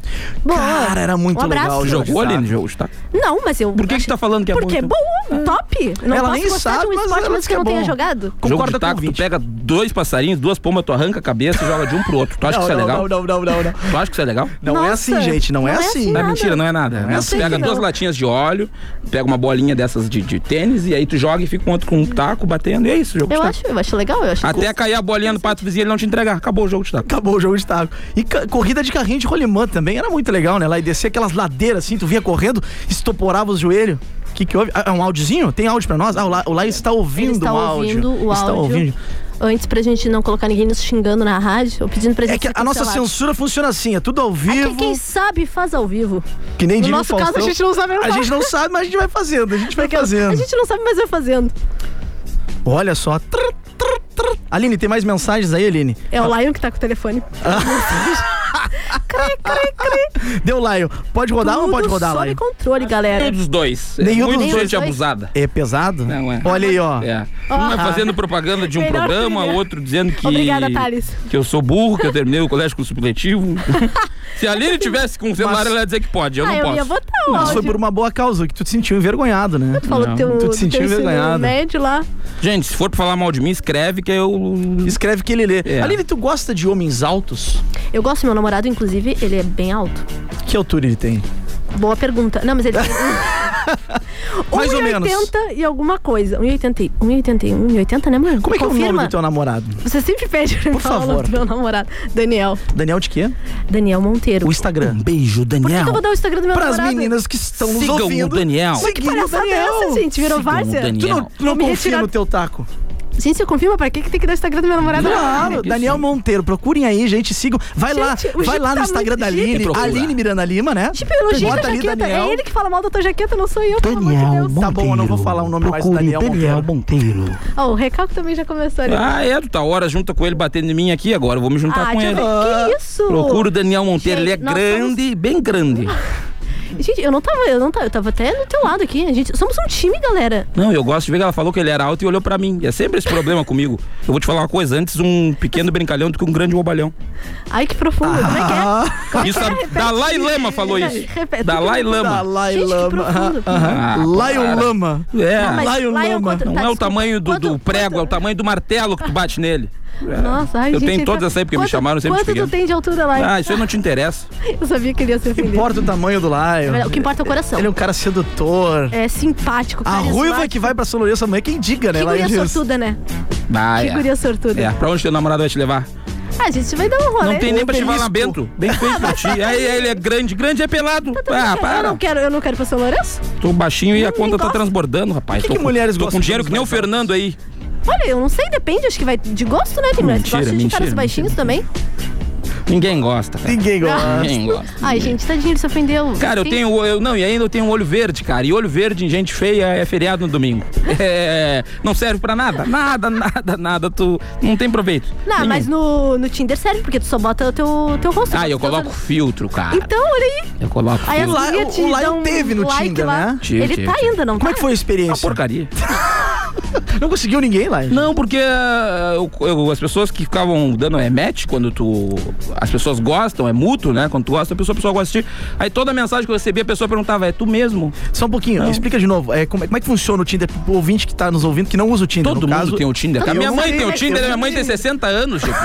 Boa. Cara, era muito um abraço. legal. Jogou ali no jogo de taco? Não, mas eu. Por que, que tu tá falando que é Porque é bom? bom, top. Não Ela posso nem gostar de sabe, um mas esporte ela diz mesmo que que eu não é tenha bom. jogado. Jogo Concorda de com taco, tu pega dois passarinhos, duas pombas, tu arranca a cabeça e joga de um pro outro. Tu acha Não, que isso é não, legal? não, não, não, não. Tu acha que isso é legal? Não é assim, gente, não, é, assim. Não, mentira, não é nada. é né? assim, Tu pega não. duas latinhas de óleo, pega uma bolinha dessas de, de tênis e aí tu joga e fica com outro com um taco batendo. E é isso, o jogo Eu de acho, eu acho legal, eu acho. taco. Até cair a bolinha no pato vizinho e ele não te entregar. Acabou o jogo de taco. Acabou o jogo de taco. E ca- corrida de carrinho de rolimã também era muito legal, né? Lá e descer aquelas ladeiras assim, tu vinha correndo, estoporava os joelhos. Que que, que houve? Ah, É um áudiozinho? Tem áudio pra nós? Ah, o Lai, o Lai está ouvindo Ele está o áudio. ouvindo o Está áudio. ouvindo. Antes pra gente não colocar ninguém nos xingando na rádio, ou pedindo pra gente. É que ser a nossa cancelado. censura funciona assim, é tudo ao vivo. Quem, quem sabe faz ao vivo. Que nem No diria o nosso caso, a Faustão. gente não sabe A gente não sabe, mas a gente vai fazendo, a gente vai A fazendo. gente não sabe, mas vai fazendo. Olha só. Trrr, trrr, trrr. Aline, tem mais mensagens aí, Aline? É o Lion que tá com o telefone. cri, cri, cri. Deu Lion. Pode rodar ou não pode rodar, sob Lion? controle, galera. Nenhum dos dois. Nenhum é muito dos dois. gente abusada. É pesado? Não é. Olha aí, ó. É. Um vai Ah. fazendo propaganda de um Melhor programa, trilha. outro dizendo que. Obrigada, Thales. Que eu sou burro, que eu terminei o colégio com supletivo. Se a Aline tivesse com o celular, ela ia dizer que pode. Eu Ah, não eu posso. ia botar o Mas foi áudio. por uma boa causa, que tu te sentiu envergonhado, né? Tu falou do teu, Tu te do teu sentiu ensino envergonhado. médio lá. Gente, se for pra falar mal de mim, escreve que eu. Escreve que ele lê. É. Aline, tu gosta de homens altos? Eu gosto do meu namorado, inclusive, ele é bem alto. Que altura ele tem? Boa pergunta. Não, mas ele tem... Mais ou 1,80 menos. e um alguma coisa. 1,80, 1,81, 1,80, né, mano? Como é que é o Confirma. nome do teu namorado? Você sempre pede pra Por falar o nome favor. do meu namorado. Daniel. Daniel de quê? Daniel Monteiro. O Instagram. beijo, Por que que eu vou dar o Instagram do meu Pras namorado? meninas que estão nos Sigam o ouvindo. Daniel. Mas que Seguindo o palhaçada Daniel. é essa, gente? Virou Sigam o várzea? Daniel. Tu não, tu não Vou me confia retirar. no teu taco? Gente, você confirma pra quê que tem que dar o Instagram do meu namorado? Claro, Daniel Monteiro, procurem aí, gente, sigam. Vai lá, É Gente, o vai Jeep lá no tá Instagram muito- da Jeep, Aline, procura. Aline Miranda Lima, né? Tipo, elogia Bota da ali jaqueta. Daniel. É ele que fala mal da tua jaqueta, não sou eu, pelo amor de Daniel Deus. Monteiro. Tá bom, eu não vou falar o nome mais Procure Daniel Daniel Monteiro. Ó, o recalque também já começou ali. Ah, é, tu tá hora junta com ele batendo em mim aqui agora. Eu vou me juntar Ah, com ele. deixa eu ver. Que isso? Procura o Daniel Monteiro, Gente, ele é nós grande, bem grande. Gente, eu não tava, eu não tava, eu tava até do teu lado aqui. A gente, somos um time, galera. Não, eu gosto de ver que ela falou que ele era alto e olhou pra mim. É sempre esse problema comigo. Eu vou te falar uma coisa, antes um pequeno brincalhão do que um grande bobalhão. Ai, que profundo. Como é que Ah, é? Como é? Isso, a- Repete. Dalai Lama falou isso. Repete. Dalai Lama. Dalai Gente, que Tá, Lama. profundo. Aham. Ah, Lion para. Lama. É. Não, mas Lion Lion Lama. contra- Não Tá, é o desculpa. tamanho do, do prego, é o tamanho do martelo que tu bate nele. É. Nossa, ai, Eu gente, tenho todas tá- essa aí porque me quanto- chamaram sempre de Quanto tu pequeno. tem de altura lá? Ah, isso aí não te interessa. Eu sabia que ele ia ser Não feliz. importa o tamanho do Lion. O que importa é o coração. Ele é um cara sedutor. É Ah, simpático, A carismático. ruiva que vai pra São Lourenço amanhã, quem diga, né? Que Ela guria diz. sortuda, né? Ah, Que é. guria sortuda. É, pra onde teu namorado vai te levar? Ah, A gente vai dar um rolê. Não tem nem pra te Obelisco. Tá falar Bento. Bem feito pra ti. Aí aí ele é grande, grande é pelado. Ah, Eu para. não quero, eu não quero pra São Lourenço. Tô baixinho e a conta tá gosto. transbordando, rapaz. que Tô que com- mulheres Tô gostam com dinheiro dos que nem o mais altos? Fernando aí. Olha, eu não sei, depende, acho que vai de gosto, né? Tem mulheres que Mentira, gostam de mentira, caras baixinhos também. Ninguém gosta. cara. Ninguém gosta. Ninguém gosta. Ai, gente, tadinho, ele se ofendeu. Cara, eu Ah, Sim. tenho. Eu, não, e ainda eu tenho um olho verde, cara. E olho verde em gente feia é feriado no domingo. É, não serve pra nada. Nada, nada, nada. Tu não tem proveito. Não, Nenhum. mas no, no Tinder serve, porque tu só bota o teu, teu rosto. Ah, eu Bota coloco filtro, teu- cara. Então, olha aí. Eu coloco Aí é filtro. as Lá- gurias te o Lion dão um teve no like Tinder, lá. né? Tive, Ele tive, tá tive. ainda, não Como é tá? que foi a Uma experiência? porcaria. Não conseguiu ninguém lá. Não, porque ah, eu- eu- as pessoas que ficavam dando é match quando tu. As pessoas gostam, é mútuo, né? Quando tu gosta, a pessoa, a pessoa gosta de ti. Aí toda mensagem que eu recebi, a pessoa perguntava, é tu mesmo? Só um pouquinho, Não. explica de novo. É, como, é, como é que funciona o Tinder pro ouvinte que tá nos ouvindo, que não usa o Tinder? Todo no mundo caso, tem o Tinder. Eu cara. Minha não mãe sei, tem o mas Tinder, né? eu minha não mãe tem sei. 60 anos, Chico.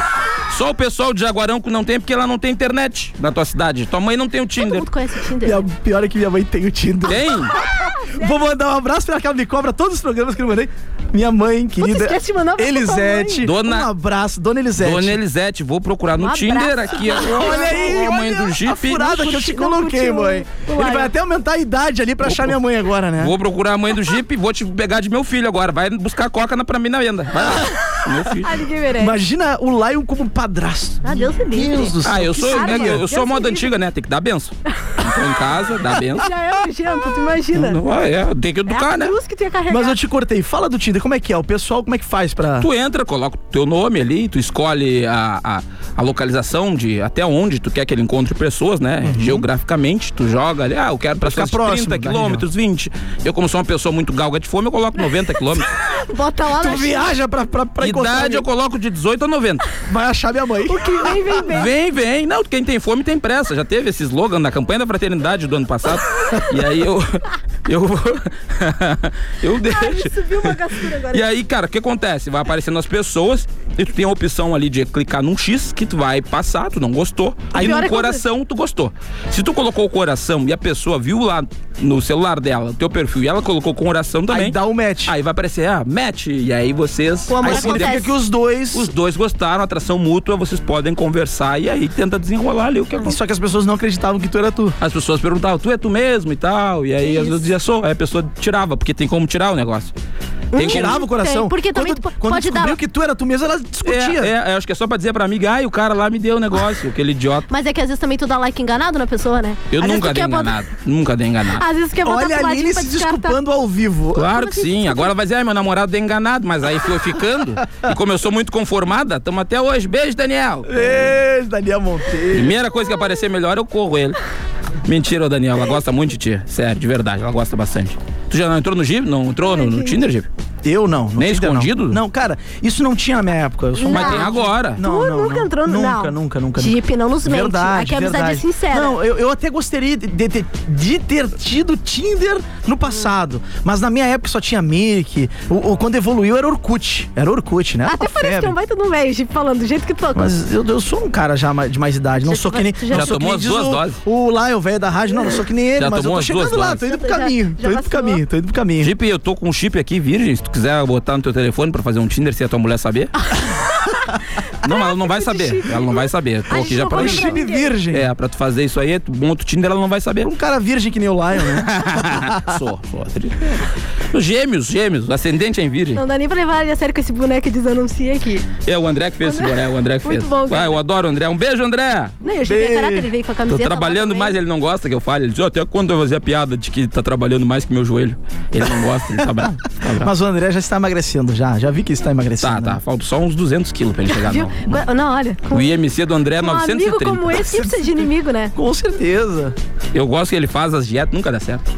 Só o pessoal de Jaguarão que não tem, porque ela não tem internet na tua cidade. Tua mãe não tem o Todo Tinder. mundo conhece o Tinder. Minha- Pior é que minha mãe tem o Tinder. Tem? É. Vou mandar um abraço pra ela, que ela me cobra todos os programas que eu mandei. Minha mãe, querida. esquece de mandar um abraço pra tua Elisete. mãe. Dona- Um abraço, dona Elisete. Dona Elisete, vou procurar no Um Tinder abraço. aqui. Olha aí, a mãe olha do a Jeep. furada que eu te Não coloquei, curtiu mãe. o Ele vai Lion. até aumentar a idade ali pra achar minha mãe agora, né? Vou procurar a mãe do Jeep e vou te pegar de meu filho agora. Vai buscar coca na, pra mim na venda. Vai lá. Meu filho. Ah, ninguém merece. Imagina o Lion como padrasto. Ah, Deus é Deus do céu. Ah, eu que sou, né, seria? eu, eu sou Deus moda me livre. antiga, né? Tem que dar benção. Então em casa, dá benção. Já é nojento, tu imagina. Não, é, tem que é a educar, né? cruz que tu ia carregar. Mas eu te cortei. Fala do Tinder, como é que é? O pessoal, como é que faz pra. Tu entra, coloca o teu nome ali, tu escolhe a, a, a localização de até onde tu quer que ele encontre pessoas, né? Uhum. Geograficamente, tu joga ali, ah, eu quero pessoas ficar próximo tá 30 da quilômetros, 20. Eu, como sou uma pessoa muito galga de fome, eu coloco 90 quilômetros. Bota lá né? Tu na viaja pra, pra, pra encontrar. Idade né? eu coloco de 18 a 90. Vai achar minha mãe. O que vem, vem, vem. Vem, vem. Não, quem tem fome tem pressa. Já teve esse slogan na campanha da fraternidade do ano passado. e aí eu. Eu Eu Ah, me deixo. subiu uma gastura agora. E aí, cara, o que acontece? Vai aparecendo as pessoas e tu tem a opção ali de clicar num X que tu vai passar, tu não gostou. Aí pior é no quando- coração tu gostou. Se tu colocou o coração e a pessoa viu lá no celular dela o teu perfil e ela colocou com coração também. Aí dá o match. Aí vai aparecer, ah, match. E aí vocês. O amor aí, Mas se der- significa que os dois. os dois gostaram, atração mútua, vocês podem conversar e aí tenta desenrolar ali o que aconteceu. Só que as pessoas não acreditavam que tu era tu. As pessoas perguntavam, tu é tu mesmo e tal. E aí, às vezes, eu dizia engessou, aí a pessoa tirava, porque tem como tirar o negócio. Hum, Tem tirava o coração. Tem, porque também quando, tu po- quando pode dar- descobriu que tu era tu mesmo, ela discutia. É, é, eu acho que é só pra dizer pra amiga, ai, o cara lá me deu o negócio, aquele idiota. Mas é que às vezes também tu dá like enganado na pessoa, né? Eu Às vezes nunca tu dei quer botar- enganado, nunca dei enganado. Às vezes tu quer botar Olha pro a ladinho Aline pra se descartar. desculpando ao vivo. Claro que sim. Agora vai dizer, ai, meu namorado deu enganado, mas aí foi ficando. e como eu sou muito conformada, estamos até hoje. Beijo, Daniel. Beijo, Daniel Monteiro. Primeira coisa que aparecer melhor, eu corro ele. Mentira, ô Daniel, ela gosta muito de ti. Sério, de verdade, ela gosta bastante. Tu já não entrou no Jeep? Não entrou no, no Tinder, Jeep? Eu não. Nem Tinder, não. escondido? Não, cara, isso não tinha na minha época. Eu sou Mas um- tem agora. Não, Tu não, nunca não. entrou no- Nunca, não. nunca, nunca. Jeep, não nos mente. Verdade, Aqui a amizade verdade. é sincera. Não, eu, eu até gostaria de, de ter- de ter tido Tinder no passado. Mas na minha época só tinha Mirk. O, o- quando evoluiu era Orkut. Era Orkut, né? Era Até uma parece que é febre. um baita do meio, tipo, falando do jeito que tu Mas eu, eu sou um cara já ma- de mais idade, não sou que nem. já- não Já sou que tomou nem as diz duas o, doses? O Lion, velho da rádio, não, não sou que nem ele, Já mas eu tomou tô as duas chegando lá, doses? tô indo pro Já- já caminho. Tô indo pro vacilou. caminho, tô indo pro caminho. Jeep, eu tô com um chip aqui, virgem. Se tu quiser botar no teu telefone pra fazer um Tinder sem a tua mulher saber. não, ela não vai saber. Ela não vai saber. Tô aqui já pra Um chip virgem. É, pra tu fazer isso aí, tu monta o Tinder, ela não vai saber. Um cara virgem que nem o Lion, né? sou, sou. Gêmeos, gêmeos. Ascendente em virgem. Não dá nem pra levar ele a sério com esse boneco que desanuncia aqui. É, o André que fez esse boné, o André que Muito fez. bom, cara. ah, eu adoro o André. Um beijo, André! Não, eu cheguei, caraca, ele veio com a Tô camiseta. trabalhando mais, ele não gosta que eu fale. Ele diz, "Ó, até quando eu fazia a piada de que tá trabalhando mais que meu joelho. Ele não gosta, ele tá bravo. Tá, bravo. Mas o André já está emagrecendo, já. Já vi que ele está emagrecendo. né? tá, tá, falta só uns 200 quilos pra ele chegar, Viu? não. Qua- Não, olha. Com O IMC do André é um amigo 930. como esse, sempre precisa de inimigo, né? Com certeza. Eu gosto que ele faz as dietas, nunca dá certo.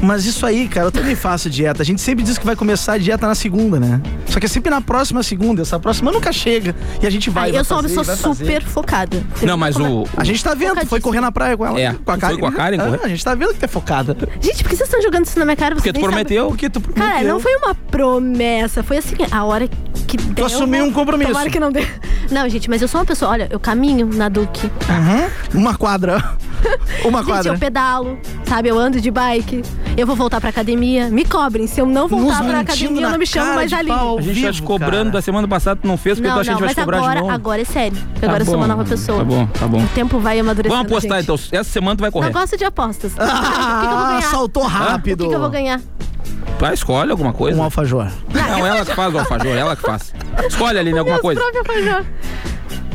Mas isso aí, cara, eu também faço dieta. A gente sempre diz que vai começar a dieta na segunda, né? Só que é sempre na próxima segunda. Essa próxima nunca chega. E a gente vai. Aí vai eu sou uma fazer, pessoa vai fazer. super focada. é? Não, mas o. A gente tá vendo, foi correr na praia com ela. É, com a foi Karen. com a Karen, Ah, correu. a gente tá vendo que tá focada. Gente, por que vocês estão jogando isso na minha cara? Vocês Porque tu nem sabem. prometeu. Porque tu Cara, não foi uma promessa, foi assim, a hora que der. eu assumi vou- um compromisso. Tomara que não dê. Não, gente, mas eu sou uma pessoa, olha, eu caminho na Duque. Uhum. Uma quadra. Uma Gente, quadra. eu pedalo, sabe? Eu ando de bike, eu vou voltar pra academia. Me cobrem, se eu não voltar Nos pra mentindo academia, na eu não me chamo cara mais de ali. pau. A gente tá te vivo, cobrando cara. da semana passada, tu não fez, porque tu Não, acha que a não, gente vai mas te cobrar de agora, novo. agora é sério. Tá agora eu sou bom, uma nova pessoa. Tá bom, tá bom. O tempo vai amadurecendo. Vamos apostar gente. então. Essa semana tu vai Não correr. gosto de apostas. Ah, o que, que eu vou ganhar? saltou O que, rápido. que eu vou ganhar? Vai, escolhe alguma coisa. Um alfajor. Não, ela que faz o alfajor, ela que faz. Escolhe, Aline, alguma coisa. Próprio alfajor.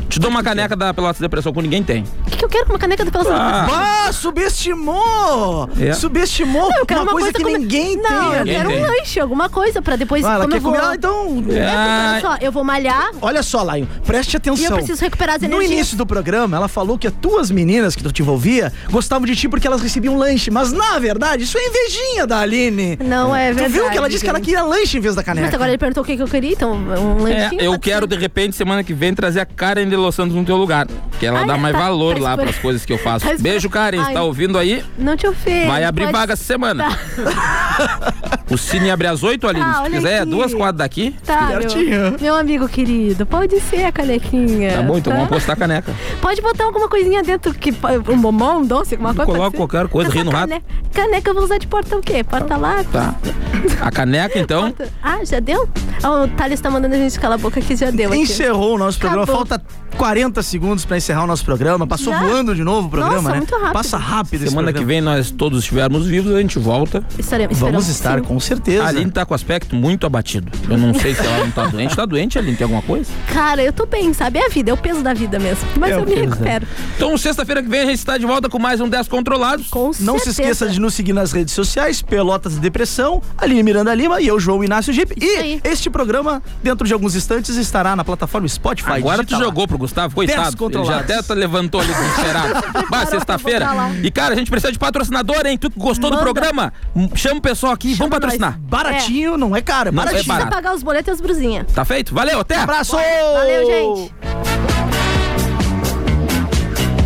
Te dou uma caneca da Pelotas Depressão que ninguém tem. O que, que eu quero com uma caneca do Pelas Ah. Ah, subestimou! É. Subestimou Eu quero uma, coisa, que como- ninguém Não, tem. eu quero tem. um lanche, alguma coisa, pra depois. Ah, ela como quer eu vou... comer, ah, então. É, Ah, porque olha só, eu vou malhar Olha só, Lion, preste atenção. e eu preciso recuperar as No energias. início do programa, ela falou que as tuas meninas que tu te envolvia gostavam de ti porque elas recebiam lanche. Mas na verdade, isso é invejinha da Aline. Não é Tu verdade. viu que ela disse que ela gente. queria lanche em vez da caneca. Mas agora ele perguntou o que, que eu queria, então um É, lanchinho. eu pode ser. quero, de repente, semana que vem, trazer a Karen de Los Santos no teu lugar. Que ela Ah, dá é, mais tá- valor tá lá escuro. pras coisas que eu faço. Tá escuro. Beijo, Karen. Ai. é, Tá ouvindo aí? Não te ofendo. Tá, Vai abrir vaga essa semana. O Cine abre às 8, Aline. Ah, se olha quiser, é aqui. duas quadras daqui. Tá, Certinho. meu, meu amigo querido, pode ser a canequinha. Tá bom, então tá? vamos apostar a caneca. Pode botar alguma coisinha dentro, que, um bombom, um doce, alguma coisa. pode Coloca ser? qualquer coisa, Mas ri no a rato. cane- Caneca eu vou usar de porta o quê? Porta lá? Tá. A caneca, então. Ah, já deu? Ah, o Thales tá mandando a gente calar a boca que já deu. aqui. Encerrou o nosso programa. Acabou. Falta 40 segundos pra encerrar o nosso programa. Passou Já? voando de novo o programa, Nossa, né? muito rápido. Passa rápido esse Semana que programa. vem nós todos estivermos vivos, a gente volta. Estaremos- Vamos esperamos estar, sim. com certeza. A Aline tá com aspecto muito abatido. Eu não sei se ela não tá doente. Tá doente, Aline? Tem alguma coisa? Cara, eu tô bem, sabe? É a vida, é o peso da vida mesmo. Mas É o eu me peso. recupero. Então, sexta-feira que vem, a gente está de volta com mais um 10 Controlados. Com Não se esqueça de nos seguir nas redes sociais, Pelotas e Depressão, Aline Miranda Lima e eu, João Inácio Jeep. E aí. este programa, dentro de alguns instantes, estará na plataforma Spotify. Agora Digita tu lá. jogou pro Gustavo, coitado. Ele já Descontrolados. até tá levantou ali desesperado. Bah, sexta-feira. botar lá. E cara, a gente precisa de patrocinador, hein? Tu que gostou do Manda. programa, m- chama o pessoal aqui, vamos nós. patrocinar. Baratinho, não é caro, é Não é baratinho. barato. Pagar os boletos e as brusinhas. Tá feito? Valeu, até! Abraço! Valeu, gente.